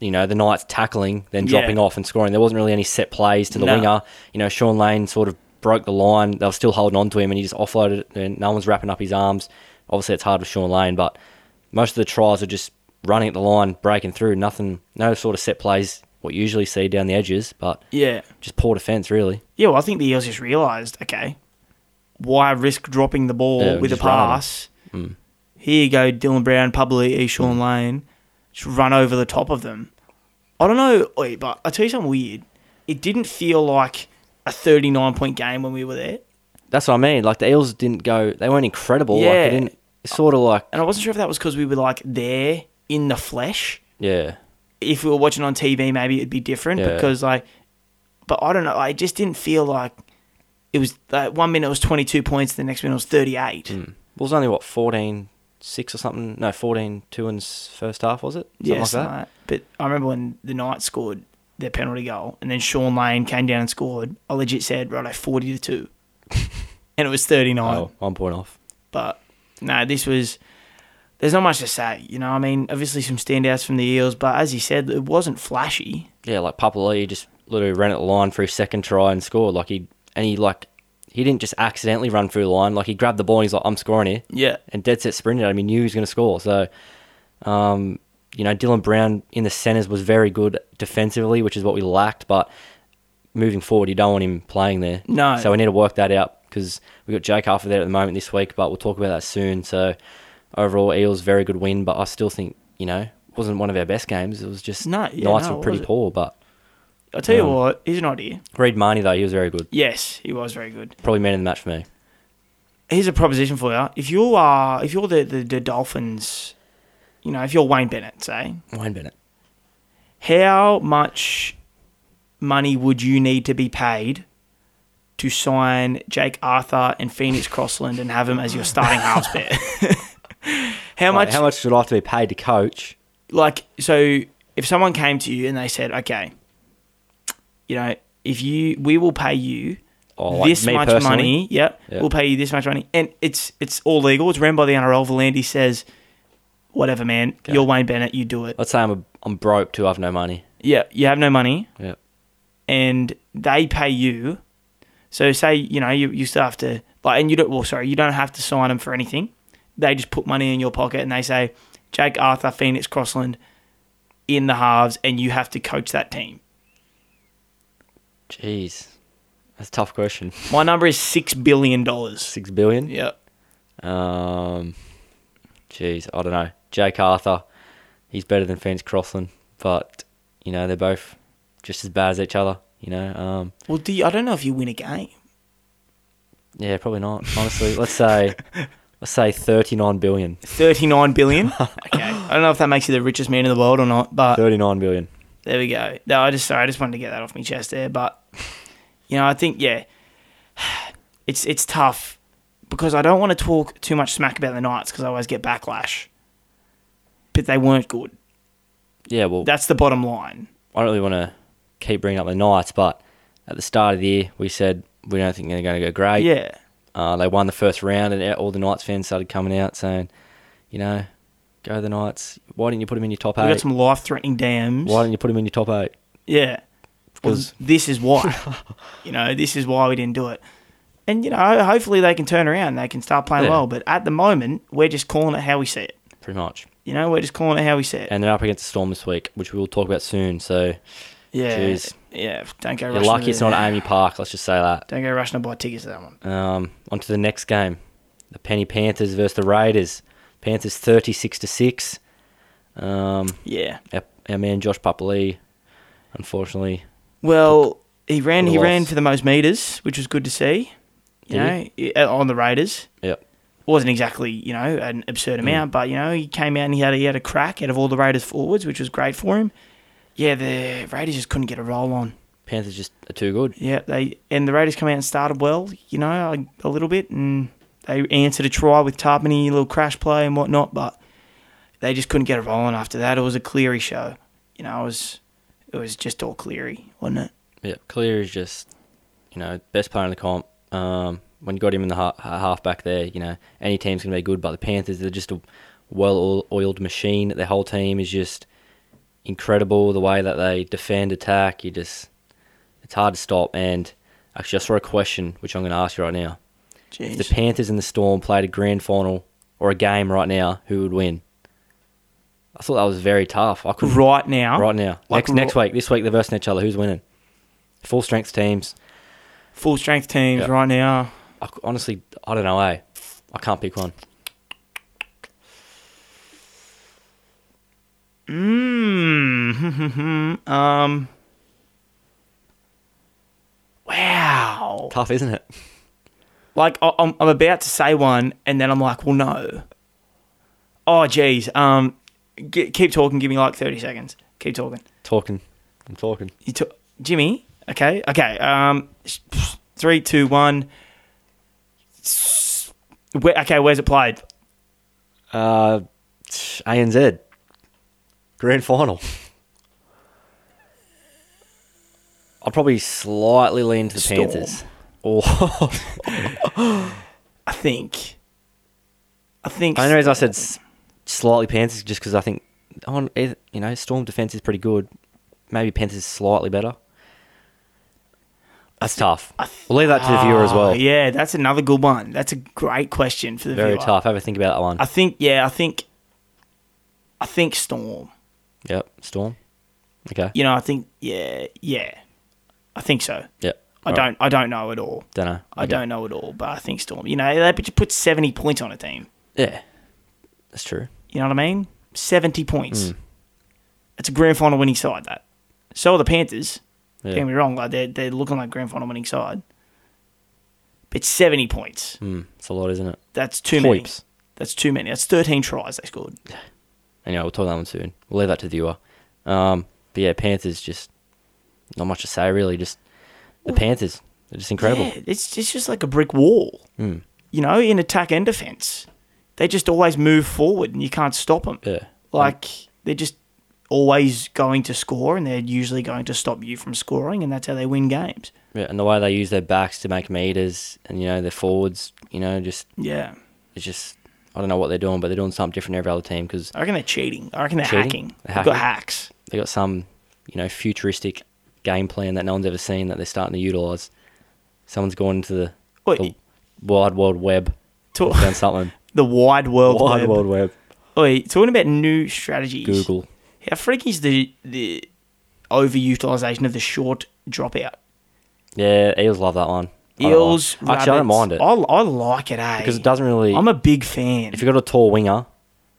[SPEAKER 2] you know the Knights tackling, then
[SPEAKER 1] Yeah.
[SPEAKER 2] dropping off and scoring. There wasn't really any set plays to the
[SPEAKER 1] No.
[SPEAKER 2] winger. You know, Sean Lane sort of broke the line. They were still holding on to him, and he just offloaded it. And no one's wrapping up his arms. Obviously, it's hard with Sean Lane, but most of the tries are just running at the line, breaking through. Nothing, no sort of set plays. What you usually see down the edges, but
[SPEAKER 1] Yeah.
[SPEAKER 2] just poor defense, really.
[SPEAKER 1] Yeah, well, I think the Eels just realised, okay, why risk dropping the ball
[SPEAKER 2] Yeah,
[SPEAKER 1] with a
[SPEAKER 2] just run Mm. over.
[SPEAKER 1] pass? Here you go, Dylan Brown, Publi, E. Sean
[SPEAKER 2] Mm.
[SPEAKER 1] Lane. Just run over the top of them. I don't know, oi, but I'll tell you something weird. It didn't feel like a 39 point game when we were there.
[SPEAKER 2] That's what I mean. Like the Eels didn't go; they weren't incredible. Like
[SPEAKER 1] Yeah.
[SPEAKER 2] they didn't. It's sort of like
[SPEAKER 1] And I wasn't sure if that was because we were like there in the flesh.
[SPEAKER 2] yeah,
[SPEAKER 1] If we were watching on TV, maybe it'd be different
[SPEAKER 2] Yeah.
[SPEAKER 1] because, like, but I don't know. I just didn't feel like it was like one minute it was 22 points, the next minute it was 38.
[SPEAKER 2] It was only what 14 6 or something. No, 14 2 in s- first half, was it? Something
[SPEAKER 1] Yes,
[SPEAKER 2] like that.
[SPEAKER 1] But I remember when the Knights scored their penalty goal, and then Sean Lane came down and scored. I legit said, "Righto, forty to two, <laughs> and it was thirty nine.
[SPEAKER 2] Oh, one point off.
[SPEAKER 1] But no, this was. There's not much to say, you know. I mean, obviously some standouts from the Eels, but as he said, it wasn't flashy.
[SPEAKER 2] Yeah, like Papali just literally ran at the line for his second try and scored. Like he and he like he didn't just accidentally run through the line. Like he grabbed the ball and he's like, I'm scoring here.
[SPEAKER 1] Yeah,
[SPEAKER 2] And dead set sprinted at him. He knew he was going to score. So, um, you know, Dylan Brown in the centres was very good defensively, which is what we lacked. But moving forward, you don't want him playing there.
[SPEAKER 1] No.
[SPEAKER 2] So we need to work that out because we've got Jake Harper there at the moment this week, but we'll talk about that soon. So overall, Eels, very good win. But I still think, you know, it wasn't one of our best games. It was just
[SPEAKER 1] No, yeah,
[SPEAKER 2] Knights
[SPEAKER 1] no,
[SPEAKER 2] were
[SPEAKER 1] it
[SPEAKER 2] pretty
[SPEAKER 1] wasn't.
[SPEAKER 2] poor. But
[SPEAKER 1] I'll tell you
[SPEAKER 2] Um,
[SPEAKER 1] what. Here's an idea.
[SPEAKER 2] Reed Marnie, though, he was very good.
[SPEAKER 1] Yes, he was very good.
[SPEAKER 2] Probably man of the match for me.
[SPEAKER 1] Here's a proposition for you. If you are, if you're the, the the Dolphins, you know, if you're Wayne Bennett, say,
[SPEAKER 2] Wayne Bennett.
[SPEAKER 1] how much money would you need to be paid to sign Jake Arthur and Phoenix Crossland and have him as your starting halves bet? <laughs> how
[SPEAKER 2] Like,
[SPEAKER 1] much,
[SPEAKER 2] how much would I have to be paid to coach?
[SPEAKER 1] Like, so if someone came to you and they said, "Okay, you know, if you, we will pay you."
[SPEAKER 2] Oh, like
[SPEAKER 1] this
[SPEAKER 2] me
[SPEAKER 1] much
[SPEAKER 2] personally?
[SPEAKER 1] money, yep,
[SPEAKER 2] Yeah.
[SPEAKER 1] we'll pay you this much money, and it's it's all legal. It's ran by the NRL. Valandi says, "Whatever, man. You're Wayne Bennett. You do it.
[SPEAKER 2] Let's say I'm a, I'm broke too. I have no money.
[SPEAKER 1] Yeah, you have no money.
[SPEAKER 2] Yeah.
[SPEAKER 1] and they pay you. So say you know you, you still have to like and you don't well sorry you don't have to sign them for anything. They just put money in your pocket and they say Jake Arthur Phoenix Crossland in the halves and you have to coach that team.
[SPEAKER 2] Jeez, that's a tough question. <laughs>
[SPEAKER 1] My number is six billion dollars.
[SPEAKER 2] Six billion.
[SPEAKER 1] Yeah,
[SPEAKER 2] Um, jeez, I don't know. Jake Arthur, he's better than Fence Crossland, but you know they're both just as bad as each other. You know, um,
[SPEAKER 1] Well, do you, I don't know if you win a game.
[SPEAKER 2] yeah, probably not. Honestly,
[SPEAKER 1] <laughs>
[SPEAKER 2] let's say let's say thirty nine billion.
[SPEAKER 1] Thirty nine billion. okay, I don't know if that makes you the richest man in the world or not, but
[SPEAKER 2] Thirty nine billion.
[SPEAKER 1] There we go. No, I just sorry, I just wanted to get that off my chest there. But you know, I think yeah, <sighs> it's it's tough because I don't want to talk too much smack about the Knights because I always get backlash. But they weren't good.
[SPEAKER 2] Yeah, well,
[SPEAKER 1] That's the bottom line.
[SPEAKER 2] I don't really want to keep bringing up the Knights, but at the start of the year we said we don't think they're going to go great.
[SPEAKER 1] Yeah,
[SPEAKER 2] Uh, they won the first round, and all the Knights fans started coming out saying, you know, go the Knights. Why didn't you put them in your top
[SPEAKER 1] we got
[SPEAKER 2] eight?
[SPEAKER 1] some life threatening dams.
[SPEAKER 2] Why didn't you put them in your top eight?
[SPEAKER 1] Yeah. Well,
[SPEAKER 2] 'Cause-
[SPEAKER 1] this is
[SPEAKER 2] <laughs>
[SPEAKER 1] why. you know, this is why we didn't do it. And you know, hopefully they can turn around. They can start playing
[SPEAKER 2] Yeah.
[SPEAKER 1] well. But at the moment, we're just calling it how we see it.
[SPEAKER 2] Pretty much.
[SPEAKER 1] You know, we're just calling it how we see it.
[SPEAKER 2] And they're up against the Storm this week, which we will talk about soon. So
[SPEAKER 1] Yeah.
[SPEAKER 2] Jeez.
[SPEAKER 1] Yeah. Don't go
[SPEAKER 2] you're
[SPEAKER 1] rushing
[SPEAKER 2] lucky
[SPEAKER 1] to
[SPEAKER 2] it's
[SPEAKER 1] the-
[SPEAKER 2] not
[SPEAKER 1] <sighs>
[SPEAKER 2] at Amy Park. Let's just say that.
[SPEAKER 1] Don't go rushing to buy tickets to that one.
[SPEAKER 2] Um, on to the next game, the Penny Panthers versus the Raiders. Panthers thirty-six to six. Um,
[SPEAKER 1] Yeah.
[SPEAKER 2] our, our man Josh Papali, unfortunately,
[SPEAKER 1] Well, he ran.
[SPEAKER 2] For
[SPEAKER 1] He
[SPEAKER 2] the
[SPEAKER 1] ran
[SPEAKER 2] loss.
[SPEAKER 1] for the most meters, which was good to see. You
[SPEAKER 2] Did
[SPEAKER 1] know, i- on the Raiders,
[SPEAKER 2] yep,
[SPEAKER 1] wasn't exactly you know an
[SPEAKER 2] Hmm.
[SPEAKER 1] absurd amount, but you know he came out and he had a, he had a crack out of all the Raiders forwards, which was great for him. Yeah, the Raiders just couldn't get a roll on.
[SPEAKER 2] Panthers just are too good.
[SPEAKER 1] Yeah, they and the Raiders come out and started well, you know, a, a little bit, and they answered a try with Tarpany, a little crash play and whatnot, but they just couldn't get it rolling after that. It was a Cleary show, you know. It was it was just all Cleary, wasn't it?
[SPEAKER 2] Yeah, Clear is just, you know, best player in the comp. Um, when you got him in the ha- ha- half back there, you know, any team's going to be good, but the Panthers, they're just a well oiled machine. Their whole team is just, incredible the way that they defend, attack. You just it's hard to stop. And actually, I saw a question which I'm going to ask you right now.
[SPEAKER 1] Jeez.
[SPEAKER 2] If the Panthers and the Storm played a grand final or a game right now, who would win? I thought that was very tough. I could
[SPEAKER 1] right now,
[SPEAKER 2] right now.
[SPEAKER 1] Like
[SPEAKER 2] next next week, this week they're versing each other. Who's winning? Full strength teams.
[SPEAKER 1] full strength teams
[SPEAKER 2] Yeah.
[SPEAKER 1] right now.
[SPEAKER 2] I c honestly, I don't know. Eh? I can't pick one.
[SPEAKER 1] Mm. um. Wow.
[SPEAKER 2] Tough, isn't it?
[SPEAKER 1] Like I- I'm, I'm about to say one, and then I'm like, well, no. Oh, geez. Um, g- keep talking. Give me like 30 seconds. Keep talking.
[SPEAKER 2] Talking. I'm talking.
[SPEAKER 1] You took Jimmy. Okay. Okay. Um, sh- three, two, one. S- Where, okay, where's it played?
[SPEAKER 2] Uh, ANZ. Grand final. I'll probably slightly lean to the
[SPEAKER 1] Storm.
[SPEAKER 2] Panthers. Oh, <laughs>
[SPEAKER 1] I think. I think.
[SPEAKER 2] the only reason I said s- slightly Panthers is just because I think on you know Storm defense is pretty good. Maybe Panthers slightly better. That's tough. we'll leave that to the viewer as
[SPEAKER 1] Ah,
[SPEAKER 2] well.
[SPEAKER 1] Yeah, that's another good one. That's a great question for the
[SPEAKER 2] Very
[SPEAKER 1] viewer.
[SPEAKER 2] tough. Have a think about that one.
[SPEAKER 1] I think. Yeah, I think. I think Storm.
[SPEAKER 2] yep. Storm. Okay.
[SPEAKER 1] You know, I think. Yeah, yeah. I think so.
[SPEAKER 2] Yep.
[SPEAKER 1] I don't. I don't know at all.
[SPEAKER 2] Don't know.
[SPEAKER 1] I don't know at all, but I think Storm. You know, they put- put seventy points on a team.
[SPEAKER 2] Yeah. That's true.
[SPEAKER 1] You know what I mean? 70
[SPEAKER 2] Hmm.
[SPEAKER 1] points. It's a grand final winning side, that. So are the Panthers.
[SPEAKER 2] Yeah.
[SPEAKER 1] Don't get me wrong. Like they're, they're looking like grand final winning side. But 70 points.
[SPEAKER 2] Mm, it's a lot, isn't it?
[SPEAKER 1] That's too many.
[SPEAKER 2] Points.
[SPEAKER 1] That's too many. That's 13 tries they scored.
[SPEAKER 2] Anyway, we'll talk that one soon. We'll leave that to the viewer. Um, but yeah, Panthers just not much to say really. Just the Panthers, they're just incredible. Hmm.
[SPEAKER 1] Yeah, it's, it's just like a brick wall. You know, in attack and defense. They just always move forward and you can't stop them.
[SPEAKER 2] Yeah.
[SPEAKER 1] Like they're just always going to score and they're usually going to stop you from scoring and that's how they win games.
[SPEAKER 2] yeah, and the way they use their backs to make meters, and you know their forwards, you know, just
[SPEAKER 1] Yeah.
[SPEAKER 2] it's just I don't know what they're doing, but they're doing something different every other team because
[SPEAKER 1] I reckon they're cheating. I reckon they're
[SPEAKER 2] Cheating?
[SPEAKER 1] hacking.
[SPEAKER 2] They're
[SPEAKER 1] They've got
[SPEAKER 2] hacking.
[SPEAKER 1] hacks.
[SPEAKER 2] they got some you know futuristic game plan that no one's ever seen that they're starting to utilize. Someone's gone into the,
[SPEAKER 1] Well,
[SPEAKER 2] the wide world web,
[SPEAKER 1] Talk-
[SPEAKER 2] found something.
[SPEAKER 1] <laughs> the wide world.
[SPEAKER 2] <laughs> wide
[SPEAKER 1] web.
[SPEAKER 2] world web.
[SPEAKER 1] Oi, talking about new strategies.
[SPEAKER 2] Google.
[SPEAKER 1] How freaky is the the overutilization of the short dropout?
[SPEAKER 2] Yeah, Eels love that one. I don't
[SPEAKER 1] Eels.
[SPEAKER 2] like- Actually, I don't mind it
[SPEAKER 1] I, I like it, eh?
[SPEAKER 2] because it doesn't really.
[SPEAKER 1] I'm a big fan.
[SPEAKER 2] if you've got a tall winger,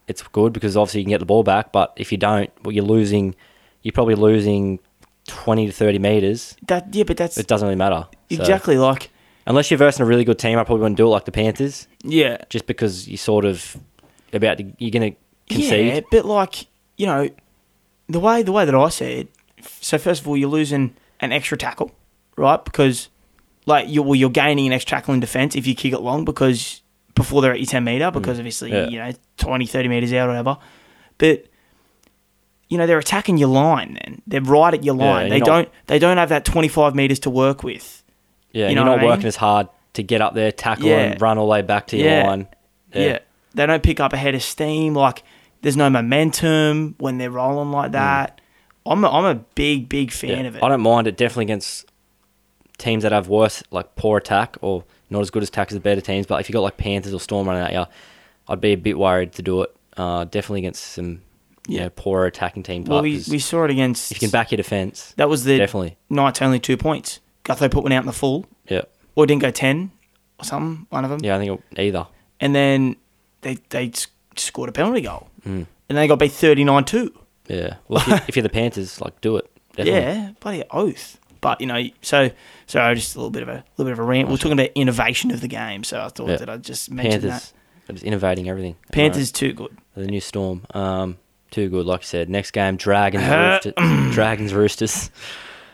[SPEAKER 2] it's good because obviously you can get the ball back. But if you don't, well, you're losing. You're probably losing twenty to thirty meters.
[SPEAKER 1] that yeah, but that's
[SPEAKER 2] It doesn't really matter. So-
[SPEAKER 1] exactly like
[SPEAKER 2] unless you're versing a really good team, I probably wouldn't do it like the Panthers,
[SPEAKER 1] yeah,
[SPEAKER 2] just because you sort of about to, you're going to concede.
[SPEAKER 1] yeah. But like you know, the way the way that I see it. So first of all, you're losing an extra tackle, right? Because like you're well, you're gaining an extra tackle in defence if you kick it long because before they're at your ten metre because obviously
[SPEAKER 2] Mm. yeah.
[SPEAKER 1] you know 20, 30 metres out or whatever. But you know they're attacking your line. Then they're right at your
[SPEAKER 2] Yeah,
[SPEAKER 1] line.
[SPEAKER 2] you're
[SPEAKER 1] they
[SPEAKER 2] not-
[SPEAKER 1] don't they don't have that twenty five metres to work with.
[SPEAKER 2] Yeah, and
[SPEAKER 1] know
[SPEAKER 2] you're
[SPEAKER 1] what
[SPEAKER 2] not
[SPEAKER 1] I mean?
[SPEAKER 2] working as hard to get up there, tackle,
[SPEAKER 1] Yeah.
[SPEAKER 2] and run all the way back to your
[SPEAKER 1] Yeah.
[SPEAKER 2] line.
[SPEAKER 1] Yeah. They don't pick up a head of steam. Like, there's no momentum when they're rolling like that. I'm, a, I'm a big, big fan
[SPEAKER 2] Mm. Yeah,
[SPEAKER 1] of it.
[SPEAKER 2] I don't mind it definitely against teams that have worse like poor attack or not as good as attack as the better teams. But if you got like Panthers or Storm running at you, I'd be a bit worried to do it. Uh, definitely against some you
[SPEAKER 1] Yeah.
[SPEAKER 2] know poorer attacking team.
[SPEAKER 1] well,
[SPEAKER 2] Well,
[SPEAKER 1] we, we saw it against.
[SPEAKER 2] if you can back your defense,
[SPEAKER 1] that was the
[SPEAKER 2] definitely.
[SPEAKER 1] Knights only two points. Gutho put one out in the full,
[SPEAKER 2] Yeah,
[SPEAKER 1] or didn't go 10 or something, one of them.
[SPEAKER 2] yeah, I think it- either.
[SPEAKER 1] And then they, they s- scored a penalty goal. Mm. And they got beat 39 2.
[SPEAKER 2] Yeah, well,
[SPEAKER 1] <laughs>
[SPEAKER 2] if, you, if you're the Panthers, like do it. Definitely.
[SPEAKER 1] Yeah, bloody oath. But you know, so sorry, just a little bit of a little bit of a rant. We're talking about innovation of the game, so I thought
[SPEAKER 2] Yeah.
[SPEAKER 1] that I'd just mention that.
[SPEAKER 2] Panthers are just innovating everything. All right.
[SPEAKER 1] Panthers too good.
[SPEAKER 2] the new Storm. Um, too good, like I said. Next
[SPEAKER 1] <coughs>
[SPEAKER 2] game, Dragons, Roosters. Dragons, Roosters.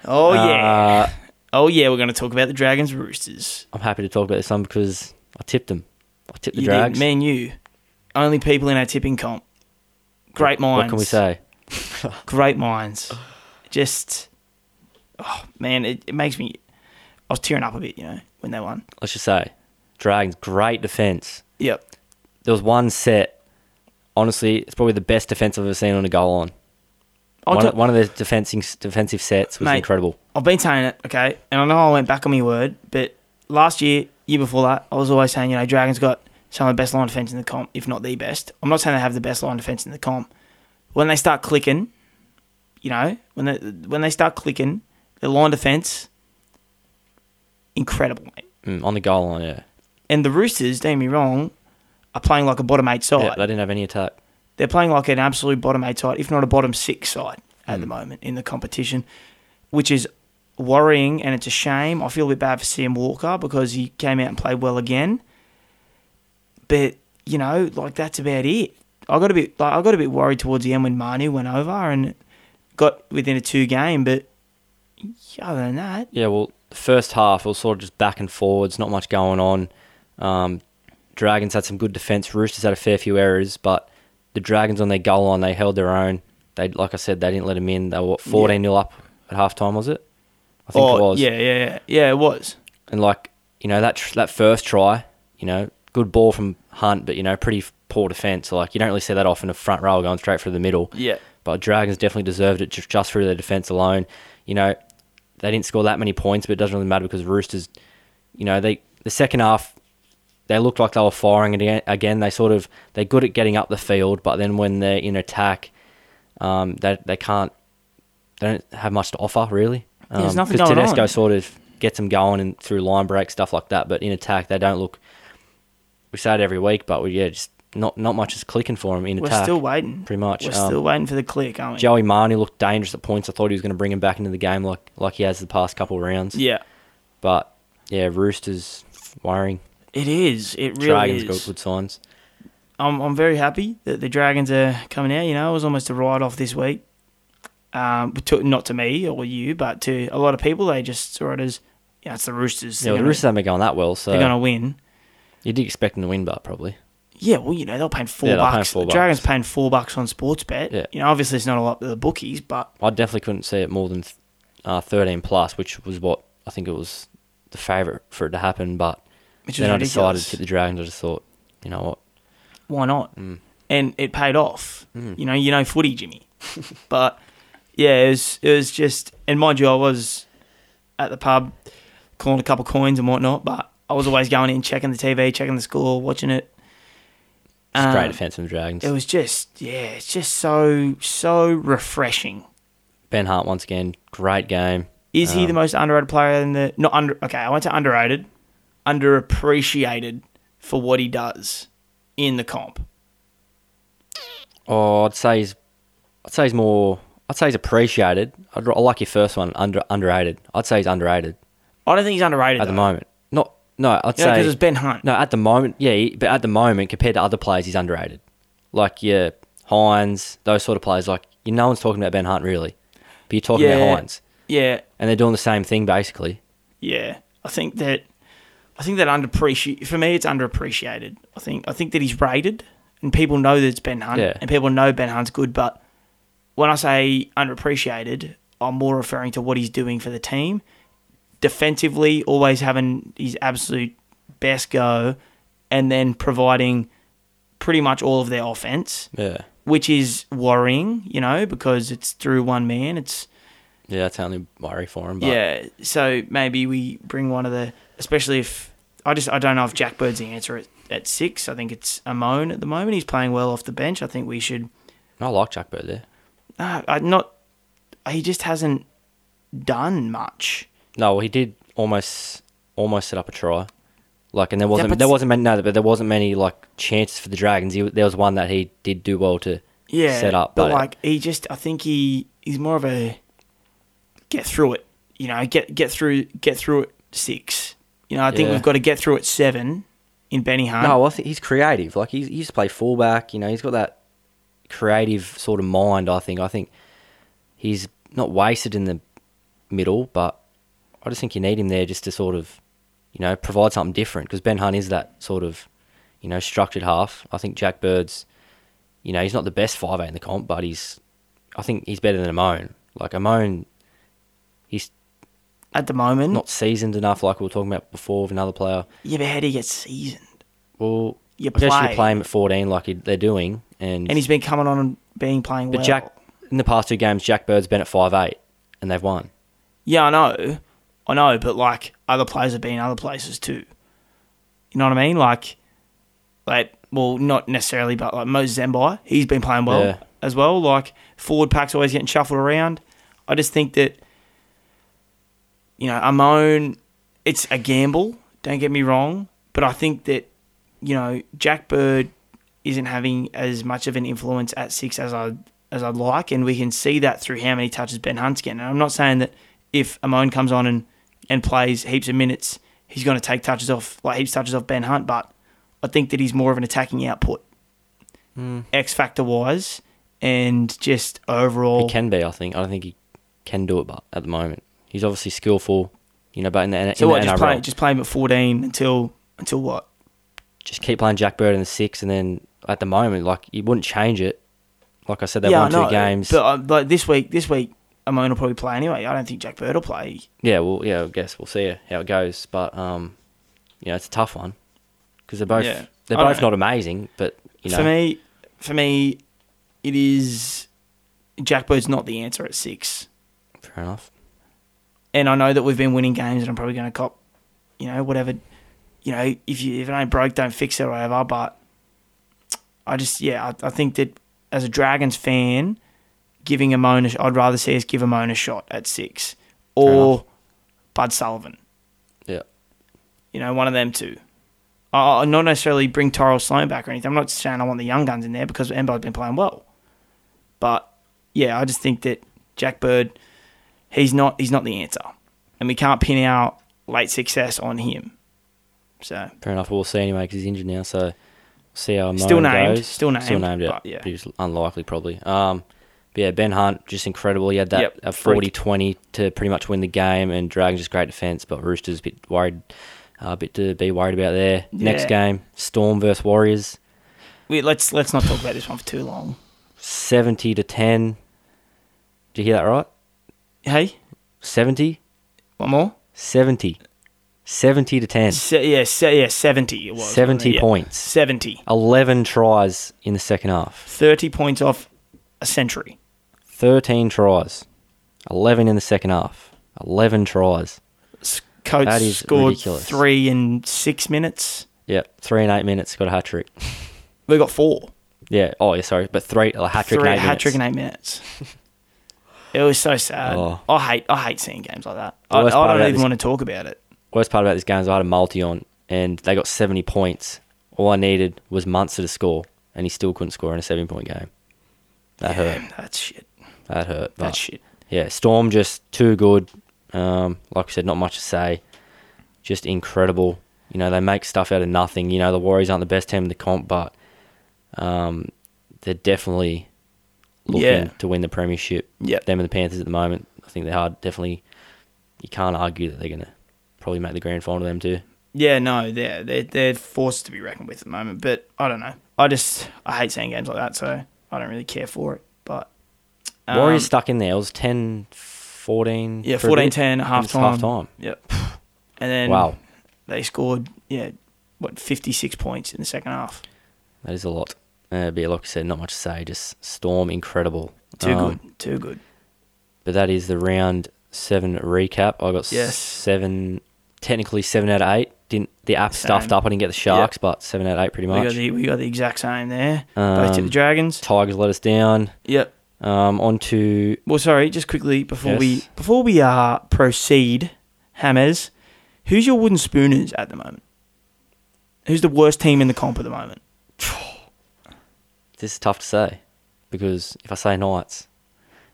[SPEAKER 1] Oh yeah.
[SPEAKER 2] Uh,
[SPEAKER 1] oh yeah, we're going to talk about the Dragons Roosters.
[SPEAKER 2] I'm happy to talk about this one because I tipped them. I tipped the
[SPEAKER 1] you did,
[SPEAKER 2] drags.
[SPEAKER 1] me and you. Only people in our tipping comp. Great minds.
[SPEAKER 2] what can we say?
[SPEAKER 1] Great minds. Just Oh man, it, it makes me I was tearing up a bit, you know, when they won.
[SPEAKER 2] Let's just say, Dragons, great defense.
[SPEAKER 1] Yep.
[SPEAKER 2] There was one set. Honestly, it's probably the best defense I've ever seen on a goal on.
[SPEAKER 1] I'll
[SPEAKER 2] One,
[SPEAKER 1] tell-
[SPEAKER 2] one of the defensive defensive sets was
[SPEAKER 1] Oh, Mate.
[SPEAKER 2] incredible.
[SPEAKER 1] I've been saying it, okay, and I know I went back on my word, but last year, year before that, I was always saying, you know, Dragons got some of the best line defense in the comp, if not the best. I'm not saying they have the best line defense in the comp. When they start clicking, you know, when they when they start clicking, the line defense, incredible, mate.
[SPEAKER 2] Mm, on the goal line, yeah.
[SPEAKER 1] And the Roosters, don't get me wrong, are playing like a bottom eight side
[SPEAKER 2] yeah. They didn't have any attack.
[SPEAKER 1] they're playing like an absolute bottom eight side, if not a bottom six side at
[SPEAKER 2] Hmm.
[SPEAKER 1] the moment in the competition, which is worrying and it's a shame. I feel a bit bad for Sam Walker because he came out and played well again. But, you know, like that's about it. I got a bit like I got a bit worried towards the end when Manu went over and got within a two game, but other than that,
[SPEAKER 2] Yeah, well, the first half it was sort of just back and forwards, not much going on. Um, Dragons had some good defence. Roosters had a fair few errors, but the Dragons on their goal line they held their own. They, like I said, they didn't let them in. They were what, fourteen 0 up at half time, was it? I think
[SPEAKER 1] oh,
[SPEAKER 2] it was.
[SPEAKER 1] yeah, yeah, yeah, yeah, it was.
[SPEAKER 2] And like you know that tr- that first try, you know, good ball from Hunt, but you know pretty f- poor defence. Like you don't really see that often. A front row going straight through the middle.
[SPEAKER 1] Yeah.
[SPEAKER 2] But Dragons definitely deserved it just, just through their defence alone. You know, they didn't score that many points, but it doesn't really matter because Roosters, you know, they the second half they looked like they were firing it again. again. They sort of they're good at getting up the field, but then when they're in attack, um, they they can't they don't have much to offer really. Um,
[SPEAKER 1] there's nothing
[SPEAKER 2] 'cause
[SPEAKER 1] going
[SPEAKER 2] Tedesco
[SPEAKER 1] on.
[SPEAKER 2] sort of gets them going and through line break stuff like that, but in attack they don't look. We say it every week, but we, yeah, just not not much is clicking for them in
[SPEAKER 1] We're
[SPEAKER 2] attack.
[SPEAKER 1] still waiting.
[SPEAKER 2] pretty much,
[SPEAKER 1] We're
[SPEAKER 2] um,
[SPEAKER 1] still waiting for the click, aren't we?
[SPEAKER 2] Joey Marnie looked dangerous at points. I thought he was going to bring him back into the game like like he has the past couple of rounds.
[SPEAKER 1] yeah.
[SPEAKER 2] But yeah, Roosters worrying.
[SPEAKER 1] It is. It really
[SPEAKER 2] Dragons
[SPEAKER 1] is.
[SPEAKER 2] got good signs.
[SPEAKER 1] I'm I'm very happy that the Dragons are coming out. You know, it was almost a write off this week. Um, to, not to me or you, but to a lot of people, they just saw it as, yeah, it's the Roosters. They're
[SPEAKER 2] Yeah, well, the
[SPEAKER 1] gonna-
[SPEAKER 2] Roosters haven't been going that well, so
[SPEAKER 1] They're going to win.
[SPEAKER 2] you did expect them to win, but probably
[SPEAKER 1] Yeah, well, you know, they're paying four
[SPEAKER 2] Yeah, they're paying
[SPEAKER 1] bucks.
[SPEAKER 2] four
[SPEAKER 1] the Dragons
[SPEAKER 2] bucks.
[SPEAKER 1] paying four bucks on sports bet.
[SPEAKER 2] Yeah.
[SPEAKER 1] You know, obviously it's not a lot to the bookies, but
[SPEAKER 2] I definitely couldn't see it more than uh, thirteen plus, which was what I think it was the favourite for it to happen. But
[SPEAKER 1] Which is
[SPEAKER 2] then I decided
[SPEAKER 1] ridiculous.
[SPEAKER 2] to hit the Dragons. I just thought, you know what?
[SPEAKER 1] why not?
[SPEAKER 2] Mm.
[SPEAKER 1] And it paid off. You know, you know footy, Jimmy. <laughs> but yeah, it was it was just and mind you, I was at the pub calling a couple coins and whatnot, but I was always going in, checking the TV, checking the score, watching it.
[SPEAKER 2] It's
[SPEAKER 1] Um,
[SPEAKER 2] great defence from the Dragons.
[SPEAKER 1] It was just yeah, it's just so so refreshing.
[SPEAKER 2] ben Hart once again, great game.
[SPEAKER 1] Is he
[SPEAKER 2] Um,
[SPEAKER 1] the most underrated player in the not under okay, I went to underrated, underappreciated for what he does in the comp.
[SPEAKER 2] Oh, I'd say he's, I'd say he's more. I'd say he's appreciated. I'd, I like your first one, under underrated. I'd say he's underrated
[SPEAKER 1] I don't think he's underrated
[SPEAKER 2] at the
[SPEAKER 1] though.
[SPEAKER 2] moment. Not no, I'd
[SPEAKER 1] Yeah,
[SPEAKER 2] say
[SPEAKER 1] because it's Ben Hunt.
[SPEAKER 2] No, at the moment, yeah, he- but at the moment, compared to other players, he's underrated. Like yeah, Hines, those sort of players. Like you, no one's talking about Ben Hunt really, but you're talking
[SPEAKER 1] Yeah.
[SPEAKER 2] about Hines,
[SPEAKER 1] Yeah,
[SPEAKER 2] and they're doing the same thing basically.
[SPEAKER 1] Yeah, I think that I think that underappreciated for me it's underappreciated. I think I think that he's rated and people know that it's Ben Hunt
[SPEAKER 2] Yeah.
[SPEAKER 1] and people know Ben Hunt's good, but when I say underappreciated, I'm more referring to what he's doing for the team. Defensively, always having his absolute best go and then providing pretty much all of their offense,
[SPEAKER 2] Yeah,
[SPEAKER 1] which is worrying, you know, because it's through one man. It's
[SPEAKER 2] yeah, that's the only worry for him. But
[SPEAKER 1] yeah, so maybe we bring one of the, especially if I just I don't know if Jack Bird's the answer at, at six. I think it's Amon at the moment. He's playing well off the bench. I think we should.
[SPEAKER 2] I like Jack Bird there.
[SPEAKER 1] Uh, I not. He just hasn't done much.
[SPEAKER 2] No, well, he did almost almost set up a try. Like, and there
[SPEAKER 1] Yeah,
[SPEAKER 2] wasn't
[SPEAKER 1] but
[SPEAKER 2] there
[SPEAKER 1] s-
[SPEAKER 2] wasn't many no, but there wasn't many like chances for the Dragons. He, there was one that he did do well to
[SPEAKER 1] Yeah,
[SPEAKER 2] set up,
[SPEAKER 1] But
[SPEAKER 2] but
[SPEAKER 1] like he just, I think he he's more of a get through it. You know, get get through get through it six. You know, I think
[SPEAKER 2] Yeah.
[SPEAKER 1] we've got to get through it seven in Benny Hunt.
[SPEAKER 2] No, I think he's creative. Like he's, he used to play fullback. You know, he's got that creative sort of mind. I think. I think he's not wasted in the middle, but I just think you need him there just to sort of, you know, provide something different. Because Ben Hunt is that sort of, you know, structured half. I think Jack Bird's, you know, he's not the best five eight in the comp, but he's, I think he's better than Amon. Like Amon, he's Hmm.
[SPEAKER 1] at the moment.
[SPEAKER 2] not seasoned enough. Like we were talking about before with another player.
[SPEAKER 1] yeah, but how do you get seasoned?
[SPEAKER 2] Well,
[SPEAKER 1] You
[SPEAKER 2] I guess you
[SPEAKER 1] play.
[SPEAKER 2] play him at 14 like he- they're doing. And,
[SPEAKER 1] And he's been coming on and being playing
[SPEAKER 2] but
[SPEAKER 1] well.
[SPEAKER 2] Jack in the past two games, Jack Bird's been at five eight, and they've won.
[SPEAKER 1] Yeah, I know. I know, but like other players have been other places too. You know what I mean? Like, like well, not necessarily, but like Moses Zembai, he's been playing well
[SPEAKER 2] Yeah.
[SPEAKER 1] as well. Like forward pack's always getting shuffled around. I just think that you know Amon, it's a gamble. Don't get me wrong, but I think that you know Jack Bird isn't having as much of an influence at six as I as I'd like, and we can see that through how many touches Ben Hunt's getting. And I'm not saying that if Amon comes on and, and plays heaps of minutes, he's going to take touches off like heaps touches off Ben Hunt, but I think that he's more of an attacking output,
[SPEAKER 2] Hmm.
[SPEAKER 1] X factor wise, and just overall.
[SPEAKER 2] He can be, I think. I don't think he can do it, but at the moment, he's obviously skillful. You know, but in the, N-
[SPEAKER 1] so
[SPEAKER 2] in
[SPEAKER 1] what?
[SPEAKER 2] the
[SPEAKER 1] Just
[SPEAKER 2] NRL,
[SPEAKER 1] play just play him at 14 until until what?
[SPEAKER 2] just keep playing Jack Bird in the six, and then at the moment, like you wouldn't change it. Like I said, they won
[SPEAKER 1] I
[SPEAKER 2] two
[SPEAKER 1] know,
[SPEAKER 2] games.
[SPEAKER 1] But uh, like this week, this week Amon will probably play anyway. I don't think Jack Bird will play.
[SPEAKER 2] yeah, well, yeah, I guess we'll see how it goes. But um, you know, it's a tough one because they're both
[SPEAKER 1] Yeah.
[SPEAKER 2] they're
[SPEAKER 1] I don't
[SPEAKER 2] both
[SPEAKER 1] know.
[SPEAKER 2] not amazing, but you know,
[SPEAKER 1] For me, for me, it is Jack Bird's not the answer at six.
[SPEAKER 2] fair enough.
[SPEAKER 1] And I know that we've been winning games, and I'm probably going to cop, you know, whatever, you know, if you if it ain't broke, don't fix it or whatever. But I just, yeah, I, I think that as a Dragons fan, giving Amon, a sh- I'd rather see us give Amon a shot at six
[SPEAKER 2] enough.
[SPEAKER 1] or Bud Sullivan.
[SPEAKER 2] Yeah,
[SPEAKER 1] you know, one of them two. I, I not necessarily bring Tyrell Sloan back or anything. I'm not saying I want the young guns in there because Embo's been playing well. But yeah, I just think that Jack Bird, he's not he's not the answer, and we can't pin our late success on him. So
[SPEAKER 2] fair enough. We'll see anyway because he's injured now, so we'll see how
[SPEAKER 1] Still
[SPEAKER 2] Moen
[SPEAKER 1] named,
[SPEAKER 2] goes.
[SPEAKER 1] still
[SPEAKER 2] still
[SPEAKER 1] named,
[SPEAKER 2] named. Yeah,
[SPEAKER 1] but yeah.
[SPEAKER 2] But he's unlikely probably. Um, but yeah, Ben Hunt just incredible. He had that
[SPEAKER 1] Yep,
[SPEAKER 2] a
[SPEAKER 1] freak.
[SPEAKER 2] 40-20 to pretty much win the game, and Dragons just great defense, but Roosters a bit worried, uh, a bit to be worried about there. Next
[SPEAKER 1] Yeah.
[SPEAKER 2] game, Storm versus Warriors,
[SPEAKER 1] we, let's let's not talk about this one for too long.
[SPEAKER 2] seventy to ten. Did you hear that right?
[SPEAKER 1] Hey,
[SPEAKER 2] 70?
[SPEAKER 1] one more.
[SPEAKER 2] 70. 70 to 10.
[SPEAKER 1] Se- yeah, se- yeah, seventy. It was
[SPEAKER 2] 70
[SPEAKER 1] Yeah.
[SPEAKER 2] points.
[SPEAKER 1] Seventy.
[SPEAKER 2] 11 tries in the second half.
[SPEAKER 1] Thirty points off a century.
[SPEAKER 2] 13 tries. 11 in the second half. 11 tries.
[SPEAKER 1] S- Coates
[SPEAKER 2] That is
[SPEAKER 1] scored
[SPEAKER 2] ridiculous.
[SPEAKER 1] three in six minutes.
[SPEAKER 2] Yep. Three and eight minutes. Got a hat trick.
[SPEAKER 1] We got four.
[SPEAKER 2] <laughs> Yeah. Oh, yeah. Sorry. But three, a hat trick in
[SPEAKER 1] Three-
[SPEAKER 2] eight
[SPEAKER 1] hat trick in
[SPEAKER 2] minutes.
[SPEAKER 1] eight minutes. <laughs> it was so sad.
[SPEAKER 2] Oh.
[SPEAKER 1] I hate I hate seeing games like that.
[SPEAKER 2] The
[SPEAKER 1] I, I
[SPEAKER 2] worst part
[SPEAKER 1] don't
[SPEAKER 2] about
[SPEAKER 1] even
[SPEAKER 2] this-
[SPEAKER 1] want to talk about it.
[SPEAKER 2] Worst part about this game is I had a multi on and they got 70 points. All I needed was Munster to score and he still couldn't score in a seven point game. That hurt.
[SPEAKER 1] Damn, That's shit.
[SPEAKER 2] That hurt. But
[SPEAKER 1] That's shit.
[SPEAKER 2] yeah, Storm just too good. Um, like I said, not much to say. Just incredible. You know, they make stuff out of nothing. You know, the Warriors aren't the best team in the comp, but um, they're definitely looking
[SPEAKER 1] Yeah.
[SPEAKER 2] to win the premiership.
[SPEAKER 1] Yep.
[SPEAKER 2] Them and the Panthers at the moment, I think they're hard. Definitely, you can't argue that they're going to probably make the grand final. Them too.
[SPEAKER 1] Yeah, no, they're they're they're forced to be reckoned with at the moment. But I don't know. I just I hate seeing games like that, so I don't really care for it. But um,
[SPEAKER 2] Warriors stuck in there. It was 10, 14.
[SPEAKER 1] Yeah,
[SPEAKER 2] for a bit,
[SPEAKER 1] 14-10
[SPEAKER 2] and
[SPEAKER 1] half
[SPEAKER 2] it's
[SPEAKER 1] time.
[SPEAKER 2] Half time.
[SPEAKER 1] Yep. And then
[SPEAKER 2] Wow.
[SPEAKER 1] they scored yeah what fifty six points in the second half.
[SPEAKER 2] That is a lot. Uh, but yeah, like I said, not much to say. Just Storm, incredible.
[SPEAKER 1] Too
[SPEAKER 2] Um,
[SPEAKER 1] good. Too good.
[SPEAKER 2] But that is the round seven recap. I got
[SPEAKER 1] Yes.
[SPEAKER 2] seven, technically seven out of eight. Didn't the app stuffed
[SPEAKER 1] Same.
[SPEAKER 2] up? I didn't get the Sharks, but seven out of eight pretty
[SPEAKER 1] We got
[SPEAKER 2] much.
[SPEAKER 1] the we got the exact same there. Both to the
[SPEAKER 2] Um,
[SPEAKER 1] Dragons.
[SPEAKER 2] Tigers let us down.
[SPEAKER 1] Yep.
[SPEAKER 2] Um, on to
[SPEAKER 1] Well, sorry, just quickly before we
[SPEAKER 2] Yes.
[SPEAKER 1] before we uh proceed, Hammers, who's your wooden spooners at the moment? Who's the worst team in the comp at the moment?
[SPEAKER 2] this is tough to say because if I say Knights,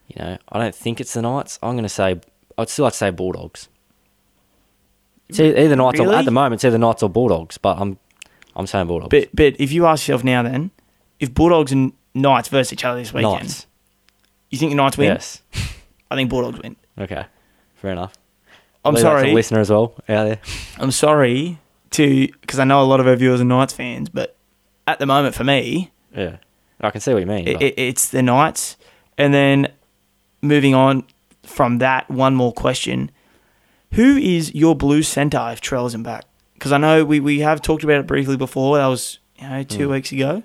[SPEAKER 2] you know, I don't think it's the Knights. I'm going to say I'd still like to say Bulldogs. It's e- either Knights or, at
[SPEAKER 1] Really?
[SPEAKER 2] the moment it's either Knights or Bulldogs, but I'm I'm saying Bulldogs.
[SPEAKER 1] But but if you ask yourself now, then if Bulldogs and Knights versus each other this weekend,
[SPEAKER 2] Knights,
[SPEAKER 1] you think the Knights win?
[SPEAKER 2] yes,
[SPEAKER 1] I think Bulldogs win.
[SPEAKER 2] okay, fair enough.
[SPEAKER 1] I'm
[SPEAKER 2] Leave that to the
[SPEAKER 1] sorry.
[SPEAKER 2] listener as well out there.
[SPEAKER 1] I'm sorry to because I know a lot of our viewers are Knights fans, but at the moment for me,
[SPEAKER 2] Yeah, I can see what you mean.
[SPEAKER 1] it,
[SPEAKER 2] but-
[SPEAKER 1] it, it's the Knights. And then moving on from that, one more question. Who is your blue centre if Trell isn't back? Because I know we, we have talked about it briefly before. That was you
[SPEAKER 2] Hmm.
[SPEAKER 1] know two weeks ago.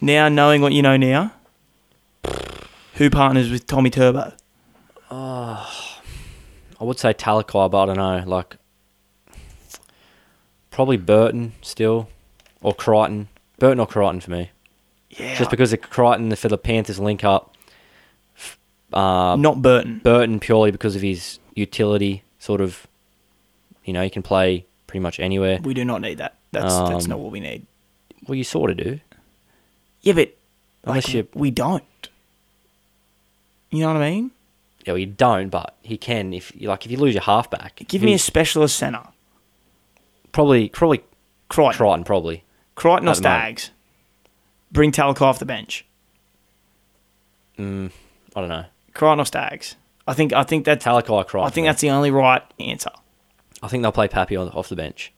[SPEAKER 1] Now knowing what you know now, Who partners with Tommy Turbo?
[SPEAKER 2] I would say Talakai, but I don't know. Like probably Burton still, or Crichton. Burton or Crichton for me,
[SPEAKER 1] Yeah.
[SPEAKER 2] just because the Crichton the- for the Panthers link up. f- Uh,
[SPEAKER 1] not Burton.
[SPEAKER 2] Burton purely because of his utility, sort of. You know, he can play pretty much anywhere.
[SPEAKER 1] We do not need that. That's that's
[SPEAKER 2] Um,
[SPEAKER 1] not what we need.
[SPEAKER 2] Well, you sort of do.
[SPEAKER 1] Yeah, but
[SPEAKER 2] Unless
[SPEAKER 1] like,
[SPEAKER 2] you-
[SPEAKER 1] we don't. You know what I mean?
[SPEAKER 2] Yeah, well, you don't, but he can if you like. If you lose your halfback,
[SPEAKER 1] Give
[SPEAKER 2] if
[SPEAKER 1] me a
[SPEAKER 2] he's-
[SPEAKER 1] specialist centre.
[SPEAKER 2] probably probably
[SPEAKER 1] Crichton.
[SPEAKER 2] Crichton probably.
[SPEAKER 1] Crichton or
[SPEAKER 2] At the moment.
[SPEAKER 1] Stags. Bring Talakai off the bench.
[SPEAKER 2] I don't know.
[SPEAKER 1] Crichton or Stags. I think I think that's
[SPEAKER 2] Talakai Crichton.
[SPEAKER 1] I think that's the only right answer.
[SPEAKER 2] I think they'll play Pappy on, off the bench.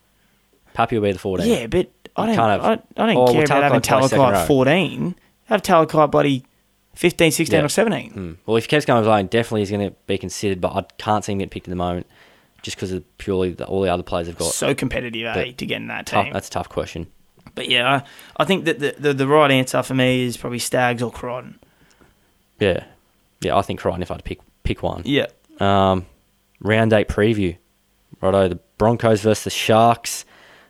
[SPEAKER 2] Pappy will be the fourteen.
[SPEAKER 1] Yeah, but I don't
[SPEAKER 2] You can't have-
[SPEAKER 1] I, I don't
[SPEAKER 2] Oh, well,
[SPEAKER 1] care about having
[SPEAKER 2] Talakai plays second
[SPEAKER 1] Talakai at
[SPEAKER 2] row.
[SPEAKER 1] 14. Have Talakai bloody 15, 16
[SPEAKER 2] Yeah.
[SPEAKER 1] or 17.
[SPEAKER 2] Mm. Well, if he keeps going with Lane, definitely he's going to be considered, but I can't see him getting picked at the moment just because of purely the, all the other players have got.
[SPEAKER 1] So competitive, eh,
[SPEAKER 2] But-
[SPEAKER 1] to get in that team.
[SPEAKER 2] Tough, that's a tough question.
[SPEAKER 1] But yeah, I, I think that the, the, the right answer for me is probably Stags or Crichton.
[SPEAKER 2] Yeah. Yeah, I think Crichton if I had to pick, pick one.
[SPEAKER 1] Yeah.
[SPEAKER 2] Um, round eight preview. Righto, the Broncos versus the Sharks.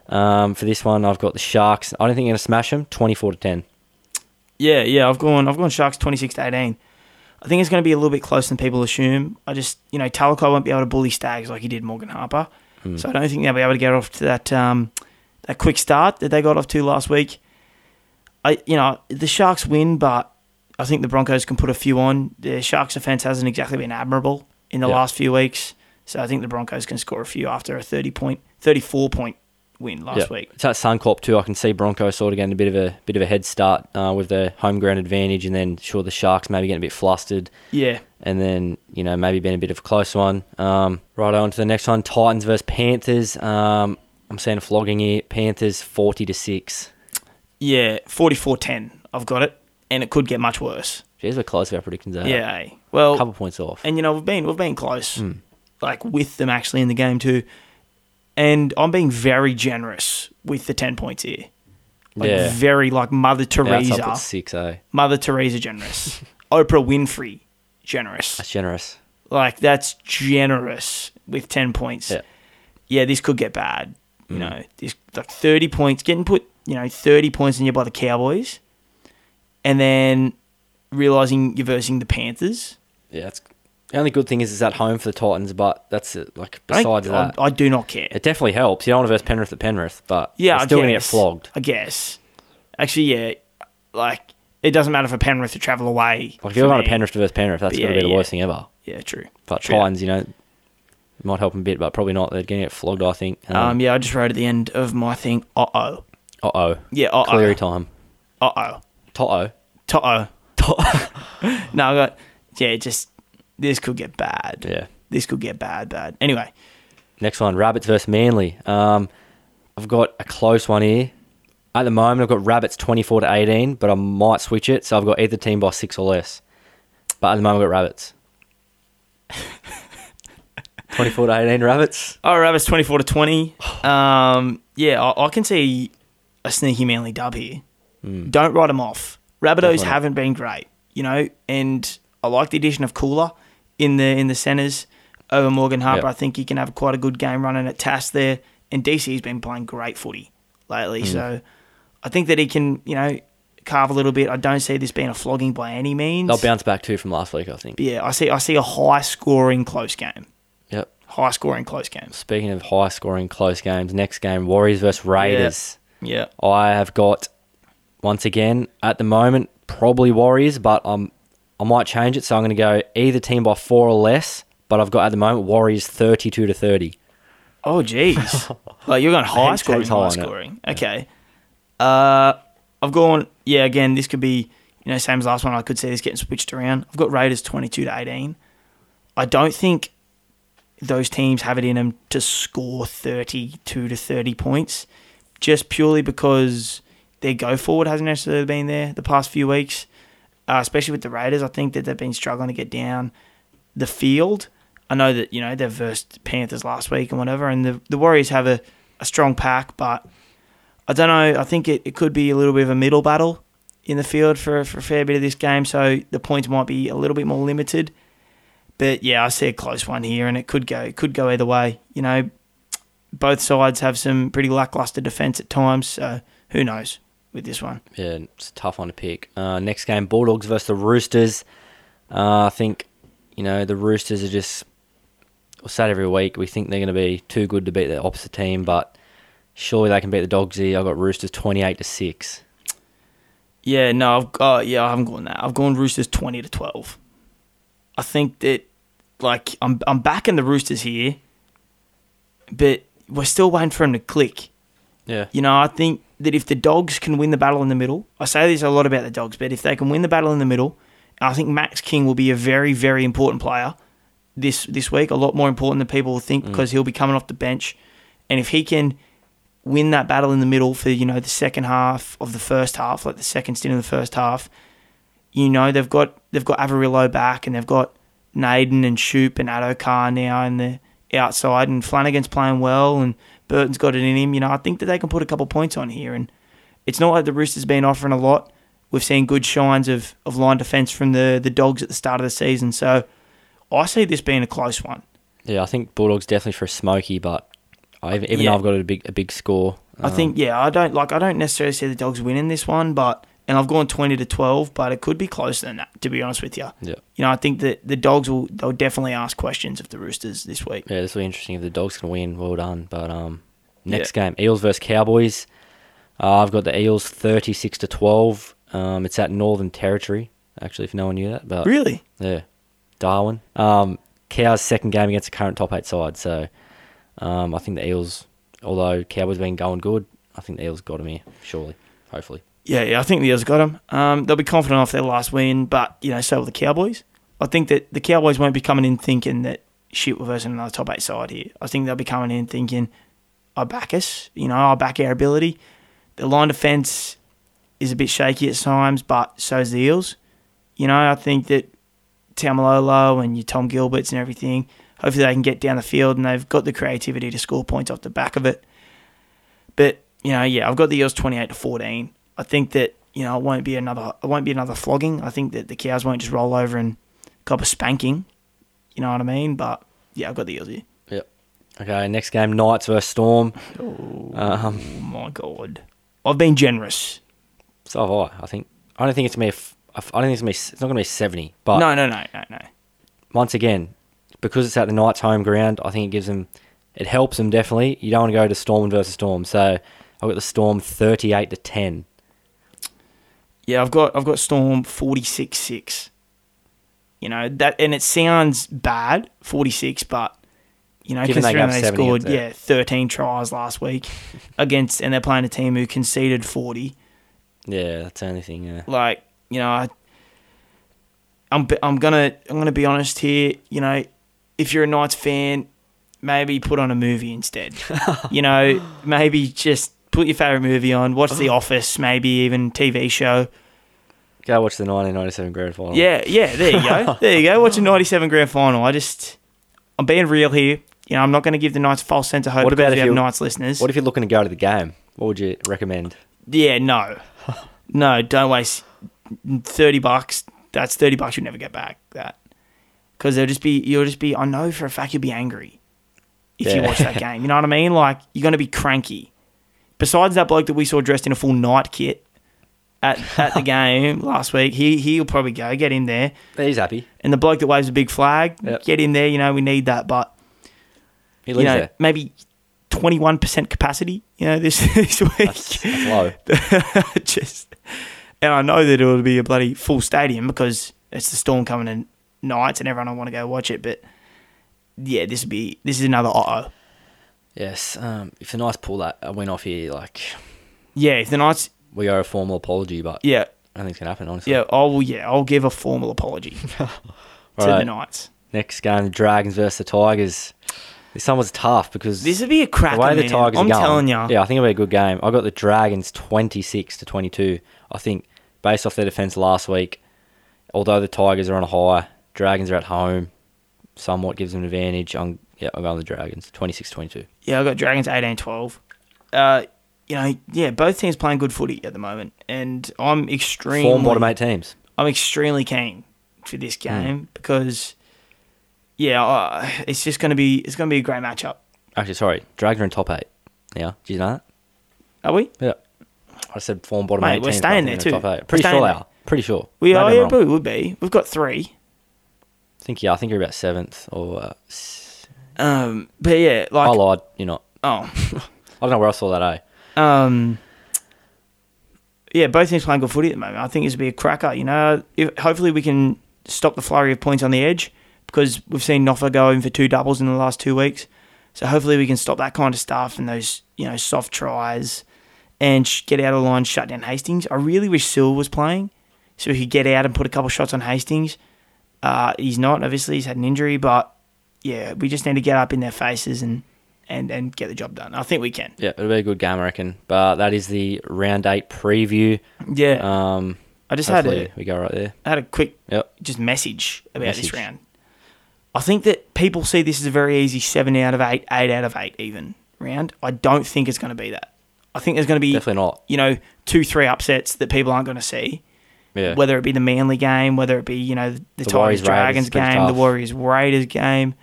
[SPEAKER 2] Um, for this one, I've got the Sharks. I don't think they're going to smash them. 24 to 10.
[SPEAKER 1] Yeah, yeah, I've gone I've gone Sharks 26 to 18. I think it's going to be a little bit closer than people assume. I just, you know, Talakai won't be able to bully Stags like he did Morgan Harper.
[SPEAKER 2] Hmm.
[SPEAKER 1] So I don't think they'll be able to get off to that um, that quick start that they got off to last week. I, you know, the Sharks win, but I think the Broncos can put a few on. The Sharks' offense hasn't exactly been admirable in the
[SPEAKER 2] Yeah.
[SPEAKER 1] last few weeks, so I think the Broncos can score a few after a 30 point, 34 point win last
[SPEAKER 2] Yeah.
[SPEAKER 1] week.
[SPEAKER 2] It's at Suncorp too. I can see Broncos sort of getting a bit of a bit of a head start uh, with their home ground advantage, and then sure the Sharks maybe getting a bit flustered.
[SPEAKER 1] Yeah,
[SPEAKER 2] and then you know maybe been a bit of a close one. Um, right on to the next one: Titans versus Panthers. Um, I'm seeing a flogging here. Panthers forty to six.
[SPEAKER 1] yeah, 44-10. I've got it, and it could get much worse.
[SPEAKER 2] Jeez, we're close to our predictions. Are
[SPEAKER 1] Yeah. eh?
[SPEAKER 2] a
[SPEAKER 1] Well,
[SPEAKER 2] couple Hmm. points off.
[SPEAKER 1] and you know we've been we've been close, like with them actually in the game too. And I'm being very generous with the ten points here. Like
[SPEAKER 2] Yeah.
[SPEAKER 1] very like Mother
[SPEAKER 2] Now it's up
[SPEAKER 1] Teresa,
[SPEAKER 2] at six. Eh?
[SPEAKER 1] Mother Teresa
[SPEAKER 2] <laughs>
[SPEAKER 1] generous, Oprah Winfrey generous.
[SPEAKER 2] That's generous.
[SPEAKER 1] Like that's generous with ten points.
[SPEAKER 2] Yeah.
[SPEAKER 1] Yeah, this could get bad.
[SPEAKER 2] Mm.
[SPEAKER 1] You know, this like thirty points getting put. You know, thirty points in you by the Cowboys, and then realizing you're versing the Panthers.
[SPEAKER 2] Yeah, that's the only good thing is it's at home for the Titans, but that's it. Like
[SPEAKER 1] I think-
[SPEAKER 2] besides that,
[SPEAKER 1] I, I do not care.
[SPEAKER 2] it definitely helps. You don't want to verse Penrith at Penrith, but
[SPEAKER 1] Yeah,
[SPEAKER 2] yeah,
[SPEAKER 1] I
[SPEAKER 2] still going to get
[SPEAKER 1] guess.
[SPEAKER 2] flogged.
[SPEAKER 1] I guess. Actually, yeah, like it doesn't matter for Penrith to travel away.
[SPEAKER 2] Like if
[SPEAKER 1] for
[SPEAKER 2] you're going
[SPEAKER 1] me.
[SPEAKER 2] to Penrith to verse Penrith, that's
[SPEAKER 1] But
[SPEAKER 2] going to
[SPEAKER 1] yeah,
[SPEAKER 2] be the
[SPEAKER 1] yeah.
[SPEAKER 2] worst thing ever.
[SPEAKER 1] Yeah, true.
[SPEAKER 2] But
[SPEAKER 1] True.
[SPEAKER 2] Titans, you know, might help 'em a bit, but probably not. They're going to get flogged, I think.
[SPEAKER 1] Um, yeah, I just wrote at the end of my thing. Uh oh.
[SPEAKER 2] uh oh.
[SPEAKER 1] Yeah. Uh
[SPEAKER 2] Cleary
[SPEAKER 1] oh.
[SPEAKER 2] time.
[SPEAKER 1] Uh oh.
[SPEAKER 2] Toto.
[SPEAKER 1] Uh oh. <laughs> No, I got. Yeah, just this could get bad.
[SPEAKER 2] Yeah.
[SPEAKER 1] This could get bad, bad. Anyway,
[SPEAKER 2] Next one, Rabbits versus Manly. Um, I've got a close one here. At the moment, I've got Rabbits 24 to 18, but I might switch it. So I've got either team by six or less. But at the moment, I've
[SPEAKER 1] <laughs>
[SPEAKER 2] got Rabbits. 24 to 18 Rabbits.
[SPEAKER 1] oh, Rabbits twenty four to twenty. Um, yeah, I, I can see a sneaky manly dub here. Don't write them off. Rabbitohs
[SPEAKER 2] Hmm. Definitely.
[SPEAKER 1] haven't been great, you know, and I like the addition of Cooler in the in the centres over Morgan Harper.
[SPEAKER 2] Yep.
[SPEAKER 1] I think he can have quite a good game running at TAS there, and DC's been playing great footy lately,
[SPEAKER 2] Hmm.
[SPEAKER 1] so I think that he can, you know, carve a little bit. I don't see this being a flogging by any means.
[SPEAKER 2] They'll bounce back too from last week, I think.
[SPEAKER 1] But yeah, I see I see a high scoring close game.
[SPEAKER 2] Yep.
[SPEAKER 1] High scoring close games.
[SPEAKER 2] Speaking of high scoring close games, next game, Warriors versus Raiders.
[SPEAKER 1] Yeah.
[SPEAKER 2] I have got once again at the moment probably Warriors, but I'm I might change it, so I'm going to go either team by four or less. But I've got at the moment Warriors thirty-two to thirty.
[SPEAKER 1] Oh jeez. like you're going high
[SPEAKER 2] Takes
[SPEAKER 1] scoring,
[SPEAKER 2] time,
[SPEAKER 1] high
[SPEAKER 2] yeah.
[SPEAKER 1] scoring. Okay. Uh, I've gone. Yeah, again, this could be you know same as last one. I could see this getting switched around. I've got Raiders twenty-two to eighteen. I don't think those teams have it in them to score thirty-two to thirty points, just purely because their go forward hasn't necessarily been there the past few weeks. Uh, especially with the Raiders, I think that they've been struggling to get down the field. I know that you know they versed Panthers last week and whatever, and the the Warriors have a, a strong pack, but I don't know. I think it, it could be a little bit of a middle battle. in the field for, for a fair bit of this game, so the points might be a little bit more limited. But yeah, I see a close one here, and it could go it could go either way. You know, both sides have some pretty lackluster defence at times, so who knows with this one?
[SPEAKER 2] Yeah, it's a tough one to pick. Uh, next game, Bulldogs versus the Roosters. Uh, I think, you know, the Roosters are just, we say it every week, we think they're going to be too good to beat the opposite team, but surely they can beat the Dogs here. I've got Roosters 28 to 6.
[SPEAKER 1] Yeah, no, I've uh, yeah, I haven't gone that. I've gone Roosters twenty to twelve. I think that like I'm I'm backing the Roosters here, but we're still waiting for them to click.
[SPEAKER 2] Yeah.
[SPEAKER 1] You know, I think that if the dogs can win the battle in the middle, I say this a lot about the dogs, but if they can win the battle in the middle, I think Max King will be a very, very important player this this week. A lot more important than people will think because he'll be coming off the bench, and if he can win that battle in the middle for you know the second half of the first half, like the second stint of the first half, you know they've got they've got Avarillo back and they've got Naden and Shoop and Adokar now in the outside and Flanagan's playing well and Burton's got it in him. You know I think that they can put a couple points on here and it's not like the Roosters been offering a lot. We've seen good shines of, of line defence from the the Dogs at the start of the season, so I see this being a close one.
[SPEAKER 2] Yeah, I think Bulldogs definitely for a smoky, but I, even even
[SPEAKER 1] Yeah.
[SPEAKER 2] though I've got a big a big score, um,
[SPEAKER 1] I think yeah, I don't like I don't necessarily see the dogs winning this one, but and I've gone twenty to twelve, but it could be closer than that, to be honest with you.
[SPEAKER 2] Yeah.
[SPEAKER 1] You know, I think that the dogs will they'll definitely ask questions of the Roosters this week.
[SPEAKER 2] Yeah, this will be interesting. If the dogs can win, well done. But um, next game, Eels versus Cowboys. Uh, I've got the Eels thirty-six to twelve. Um, it's at Northern Territory. Actually, if no one knew that, but
[SPEAKER 1] Really?
[SPEAKER 2] yeah, Darwin. Um, Cows' second game against the current top eight side. So, um, I think the Eels, although Cowboys been going good, I think the Eels got him here. Surely, hopefully.
[SPEAKER 1] Yeah, yeah, I think the Eels got them. Um, they'll be confident off their last win, but you know, so will the Cowboys. I think that the Cowboys won't be coming in thinking that shit we're versing another top eight side here. I think they'll be coming in thinking, I back us, you know, I back our ability. The line defence is a bit shaky at times, but so is the Eels. You know, I think that Tamalolo and your Tom Gilberts and everything, hopefully they can get down the field and they've got the creativity to score points off the back of it. But you know, yeah, I've got the Eels twenty eight to fourteen. I think that you know it won't be another it won't be another flogging. I think that the cows won't just roll over and cop a spanking. You know what I mean? But yeah, I've got the Eels here.
[SPEAKER 2] Yep. Okay, next game, Knights versus Storm. Um,
[SPEAKER 1] Oh my god, I've been generous.
[SPEAKER 2] so have I. I think I don't think it's gonna be. a f- I don't think it's gonna be. s- It's not gonna be seventy, but
[SPEAKER 1] no, no, no, no, no.
[SPEAKER 2] once again, because it's at the Knights' home ground, I think it gives them, it helps them definitely. You don't want to go to Storm versus Storm, so I've got the Storm thirty-eight to ten.
[SPEAKER 1] Yeah, I've got I've got Storm forty six six. You know that, and it sounds bad forty six, but you know
[SPEAKER 2] Given they
[SPEAKER 1] considering
[SPEAKER 2] gave
[SPEAKER 1] they,
[SPEAKER 2] 70,
[SPEAKER 1] scored
[SPEAKER 2] it's a-
[SPEAKER 1] yeah thirteen tries last week against, and they're playing a team who conceded forty.
[SPEAKER 2] Yeah, that's the only thing. Yeah,
[SPEAKER 1] like you know, I, I'm b- I'm gonna I'm gonna be honest here. You know, if you're a Knights fan, maybe put on a movie
[SPEAKER 2] <laughs>
[SPEAKER 1] instead. you know, maybe just put your favorite movie on, watch
[SPEAKER 2] <laughs>
[SPEAKER 1] The Office, maybe even TV show.
[SPEAKER 2] go watch the nineteen ninety-seven grand final.
[SPEAKER 1] Yeah, yeah. There you
[SPEAKER 2] <laughs>
[SPEAKER 1] go. there you go. Watch a '97 grand final. I just I'm being real here. You know, I'm not going to give the Knights a false sense of hope
[SPEAKER 2] What
[SPEAKER 1] because
[SPEAKER 2] about
[SPEAKER 1] we
[SPEAKER 2] if
[SPEAKER 1] have
[SPEAKER 2] you-
[SPEAKER 1] Knights listeners.
[SPEAKER 2] What if you're looking to go to the game? What would you recommend?
[SPEAKER 1] Yeah,
[SPEAKER 2] <laughs>
[SPEAKER 1] no. No, don't waste 30 bucks. That's 30 bucks you'll never get back. That. Because they'll just be, you'll just be, I know for a fact you'll be angry if you
[SPEAKER 2] Yeah.
[SPEAKER 1] watch that game. You know what I mean? Like, you're going to be cranky. Besides that bloke that we saw dressed in a full night kit at, at the
[SPEAKER 2] <laughs>
[SPEAKER 1] game last week, he, he'll probably go. Get him there.
[SPEAKER 2] He's happy.
[SPEAKER 1] And the bloke that waves a big flag,
[SPEAKER 2] Yep.
[SPEAKER 1] get him there. You know, we need that. But
[SPEAKER 2] He
[SPEAKER 1] you
[SPEAKER 2] lives
[SPEAKER 1] know,
[SPEAKER 2] there.
[SPEAKER 1] maybe twenty one percent capacity. You know, this <laughs> this week.
[SPEAKER 2] That's, that's low.
[SPEAKER 1] <laughs> just, and I know that it'll be a bloody full stadium because it's the storm coming in nights and everyone will want to go watch it. But yeah, this would be this is another uh oh.
[SPEAKER 2] <laughs> Yes. Um, if the Knights pull that, I went off here like
[SPEAKER 1] Yeah, if the Knights,
[SPEAKER 2] we owe a formal apology, but
[SPEAKER 1] yeah,
[SPEAKER 2] I don't think it's gonna happen. Honestly.
[SPEAKER 1] yeah, I'll yeah, I'll give a formal
[SPEAKER 2] <laughs>
[SPEAKER 1] apology to the
[SPEAKER 2] Right.
[SPEAKER 1] Knights.
[SPEAKER 2] Next game, Dragons versus the Tigers. This one was tough because
[SPEAKER 1] This would be a cracker.
[SPEAKER 2] the way the
[SPEAKER 1] man.
[SPEAKER 2] Tigers
[SPEAKER 1] I'm
[SPEAKER 2] are going,
[SPEAKER 1] telling you,
[SPEAKER 2] yeah, I think it'll be a good game. I got the Dragons twenty six to twenty two. I think based off their defense last week, although the Tigers are on a high, Dragons are at home, somewhat gives them an advantage. I'm yeah, I'm going with the Dragons 26-22.
[SPEAKER 1] Yeah, I got Dragons 18 12. Uh, you know, yeah, both teams playing good footy at the moment, and I'm extremely
[SPEAKER 2] Form bottom eight Hmm. teams.
[SPEAKER 1] I'm extremely keen for this game because, yeah, I it's just going to be it's going to be a great matchup.
[SPEAKER 2] Actually, sorry, Dragner in top eight. Now, do you know that?
[SPEAKER 1] Are we?
[SPEAKER 2] Yeah. I said form bottom
[SPEAKER 1] Mate,
[SPEAKER 2] eight.
[SPEAKER 1] we're
[SPEAKER 2] teams,
[SPEAKER 1] staying
[SPEAKER 2] but I
[SPEAKER 1] there
[SPEAKER 2] think they're
[SPEAKER 1] too.
[SPEAKER 2] in Top
[SPEAKER 1] We're
[SPEAKER 2] eight. Pretty
[SPEAKER 1] staying
[SPEAKER 2] sure they
[SPEAKER 1] there.
[SPEAKER 2] are. Pretty sure.
[SPEAKER 1] We
[SPEAKER 2] Maybe
[SPEAKER 1] are.
[SPEAKER 2] I'm
[SPEAKER 1] Yeah,
[SPEAKER 2] wrong.
[SPEAKER 1] but we would be. We've got three.
[SPEAKER 2] I think yeah. I think you're about seventh or. Uh, s-
[SPEAKER 1] Um, but yeah,
[SPEAKER 2] I
[SPEAKER 1] like
[SPEAKER 2] lied. You're not.
[SPEAKER 1] oh,
[SPEAKER 2] I don't know where I saw that. Eh?
[SPEAKER 1] um, yeah, both teams playing good footy at the moment. I think this will be a cracker. You know, if, hopefully we can stop the flurry of points on the edge because we've seen Noffa go in for two doubles in the last two weeks. So hopefully we can stop that kind of stuff and those you know soft tries and sh- get out of line, shut down Hastings. I really wish Silva was playing so he could get out and put a couple shots on Hastings. Uh, he's not. Obviously, he's had an injury, but yeah, we just need to get up in their faces and and and get the job done. I think we can.
[SPEAKER 2] Yeah, it'll be a good game, I reckon. But that is the round eight preview.
[SPEAKER 1] Yeah,
[SPEAKER 2] Um,
[SPEAKER 1] I just had
[SPEAKER 2] hopefully
[SPEAKER 1] a
[SPEAKER 2] we go right there.
[SPEAKER 1] I had a quick
[SPEAKER 2] Yep.
[SPEAKER 1] just message about this
[SPEAKER 2] Message.
[SPEAKER 1] round. I think that people see this as a very easy seven out of eight, eight out of eight even round. I don't think it's going to be that. I think there's going to be
[SPEAKER 2] Definitely not.
[SPEAKER 1] you know two three upsets that people aren't going to see.
[SPEAKER 2] Yeah.
[SPEAKER 1] Whether it be the Manly game, whether it be you know the,
[SPEAKER 2] The
[SPEAKER 1] Tigers
[SPEAKER 2] Warriors Raiders
[SPEAKER 1] Dragons
[SPEAKER 2] is pretty
[SPEAKER 1] game, the
[SPEAKER 2] tough.
[SPEAKER 1] Warriors Raiders game,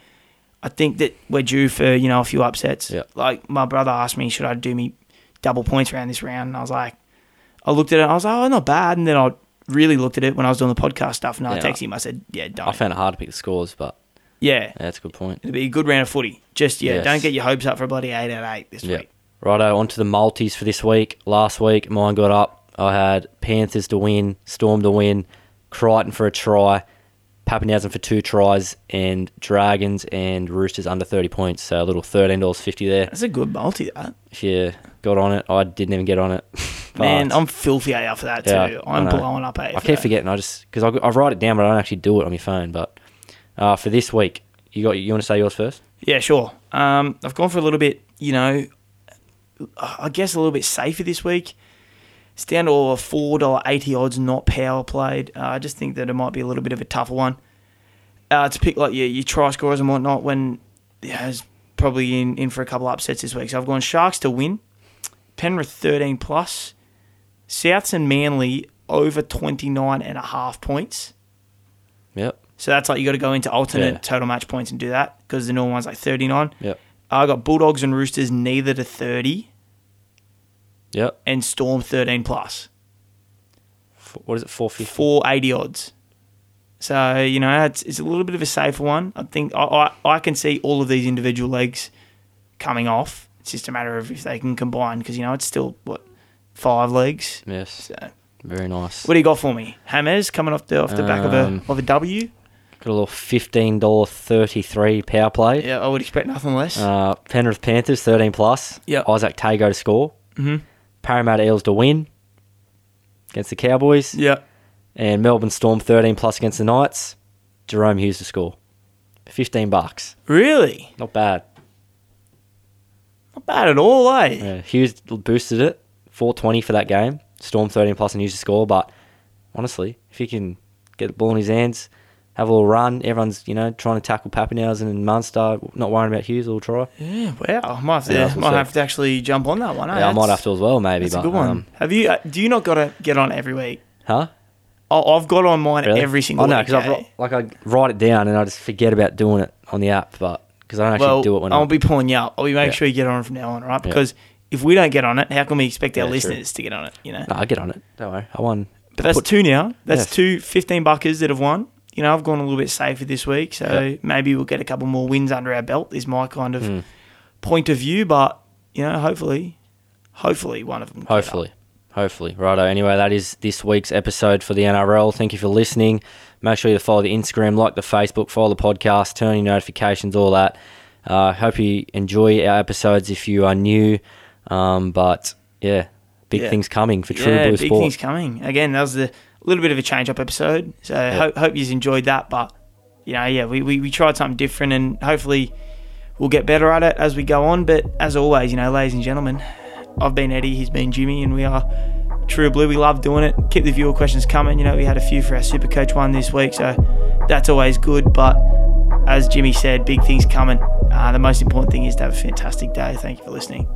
[SPEAKER 1] I think that we're due for you know a few upsets.
[SPEAKER 2] Yep.
[SPEAKER 1] Like my brother asked me, should I do me double points around this round? And I was like, I looked at it, and I was like, oh, not bad. And then I really looked at it when I was doing the podcast stuff, and I
[SPEAKER 2] Yeah.
[SPEAKER 1] texted him, I said, yeah, don't.
[SPEAKER 2] I found it hard to pick the scores, but
[SPEAKER 1] yeah,
[SPEAKER 2] yeah, that's a good point.
[SPEAKER 1] it'll be a good round of footy. Just yeah,
[SPEAKER 2] Yes.
[SPEAKER 1] don't get your hopes up for a bloody eight out of eight this
[SPEAKER 2] Yeah.
[SPEAKER 1] week.
[SPEAKER 2] Righto, on to the multis for this week. Last week, mine got up. I had Panthers to win, Storm to win, Crichton for a try, Pappenhausen for two tries, and Dragons and Roosters under 30 points. So a little $13.50 there.
[SPEAKER 1] That's a good multi. That
[SPEAKER 2] If you got on it, I didn't even get on it. <laughs>
[SPEAKER 1] man,
[SPEAKER 2] But-
[SPEAKER 1] I'm filthy AF for that
[SPEAKER 2] Yeah,
[SPEAKER 1] too.
[SPEAKER 2] I
[SPEAKER 1] I'm
[SPEAKER 2] know.
[SPEAKER 1] blowing up AF.
[SPEAKER 2] I keep forgetting. I just because I, I write it down, but I don't actually do it on my phone. But uh, for this week, you got you want to say yours first?
[SPEAKER 1] Yeah, sure. Um, I've gone for a little bit, you know, I guess a little bit safer this week. It's down to a four dollar eighty odds, not power played. Uh, I just think that it might be a little bit of a tougher one uh, to pick, like your, your try scorers and whatnot. When yeah, it's probably in in for a couple upsets this week. So I've gone Sharks to win, Penrith thirteen plus, Souths and Manly over 29 and a half points.
[SPEAKER 2] Yep.
[SPEAKER 1] So that's like you got to go into alternate
[SPEAKER 2] Yeah.
[SPEAKER 1] total match points and do that because the normal one's like 39.
[SPEAKER 2] Yep.
[SPEAKER 1] I got Bulldogs and Roosters neither to 30
[SPEAKER 2] Yep.
[SPEAKER 1] and Storm 13 plus.
[SPEAKER 2] F what is it? Four fifty.
[SPEAKER 1] 480 odds. So, you know, it's, it's a little bit of a safer one. I think I, I, I can see all of these individual legs coming off. It's just a matter of if they can combine because, you know, it's still, what, five legs?
[SPEAKER 2] Yes.
[SPEAKER 1] So,
[SPEAKER 2] Very nice.
[SPEAKER 1] what do you got for me? Hammers coming off the off the back of
[SPEAKER 2] Um,
[SPEAKER 1] a of a W.
[SPEAKER 2] Got a little fifteen dollar thirty three power play.
[SPEAKER 1] Yeah, I would expect nothing less.
[SPEAKER 2] Uh, Penrith Panthers thirteen plus.
[SPEAKER 1] Yep.
[SPEAKER 2] Isaac Tago to score.
[SPEAKER 1] Mhm.
[SPEAKER 2] Parramatta Eels to win against the Cowboys.
[SPEAKER 1] yeah,
[SPEAKER 2] And Melbourne Storm thirteen plus against the Knights. Jerome Hughes to score. Fifteen bucks.
[SPEAKER 1] really,
[SPEAKER 2] Not bad.
[SPEAKER 1] not bad at all, eh?
[SPEAKER 2] Yeah, Uh, Hughes boosted it 420 for that game. Storm 13 plus and used to score, but honestly, if he can get the ball in his hands, have a little run, everyone's you know trying to tackle Pappenhausen and Munster, not worrying about Hughes. Little try.
[SPEAKER 1] Yeah, wow. I might have to,
[SPEAKER 2] Yeah, that's
[SPEAKER 1] might
[SPEAKER 2] what's
[SPEAKER 1] have
[SPEAKER 2] up.
[SPEAKER 1] to actually jump on that one. eh?
[SPEAKER 2] yeah, I might
[SPEAKER 1] That's-
[SPEAKER 2] have to as well, maybe.
[SPEAKER 1] That's
[SPEAKER 2] but
[SPEAKER 1] a good one.
[SPEAKER 2] Um,
[SPEAKER 1] have you? uh, Do you not got to get on every week?
[SPEAKER 2] huh?
[SPEAKER 1] I- I've got on mine
[SPEAKER 2] Really? Oh,
[SPEAKER 1] every single
[SPEAKER 2] I know
[SPEAKER 1] week.
[SPEAKER 2] because
[SPEAKER 1] eh?
[SPEAKER 2] like I write it down and I just forget about doing it on the app, but because I don't actually
[SPEAKER 1] well,
[SPEAKER 2] do it when
[SPEAKER 1] I'll
[SPEAKER 2] I'm
[SPEAKER 1] be pulling you up. I'll be making
[SPEAKER 2] Yeah.
[SPEAKER 1] sure you get on it from now on, right?
[SPEAKER 2] Yeah.
[SPEAKER 1] Because if we don't get on it, how can we expect our
[SPEAKER 2] Yeah, true.
[SPEAKER 1] listeners to get on it? You know.
[SPEAKER 2] No, I get on it. Don't worry, I won.
[SPEAKER 1] But that's
[SPEAKER 2] put-
[SPEAKER 1] two now. That's
[SPEAKER 2] Yes.
[SPEAKER 1] two 15 buckers that have won. You know, I've gone a little bit safer this week, so
[SPEAKER 2] Yeah. Hmm.
[SPEAKER 1] maybe we'll get a couple more wins under our belt. Is my kind of point of view, but you know, hopefully, hopefully one of them. get up.
[SPEAKER 2] Hopefully. Hopefully. Righto. Anyway, that is this week's episode for the NRL. Thank you for listening. Make sure you follow the Instagram, like the Facebook, follow the podcast, turn on your notifications, all that. Uh, hope you enjoy our episodes if you are new. Um, but yeah, big
[SPEAKER 1] Yeah.
[SPEAKER 2] things coming for True
[SPEAKER 1] yeah,
[SPEAKER 2] Blue
[SPEAKER 1] big
[SPEAKER 2] Sport.
[SPEAKER 1] things coming. Again, that was a little bit of a change up episode. So hope hope you enjoyed that. But you know, yeah, we, we, we tried something different, and hopefully we'll get better at it as we go on. But as always, you know, ladies and gentlemen, I've been Eddie, he's been Jimmy, and we are True Blue. We love doing it. Keep the viewer questions coming. You know, we had a few for our Super Coach one this week, so that's always good. But as Jimmy said, big things coming. Uh, the most important thing is to have a fantastic day. Thank you for listening.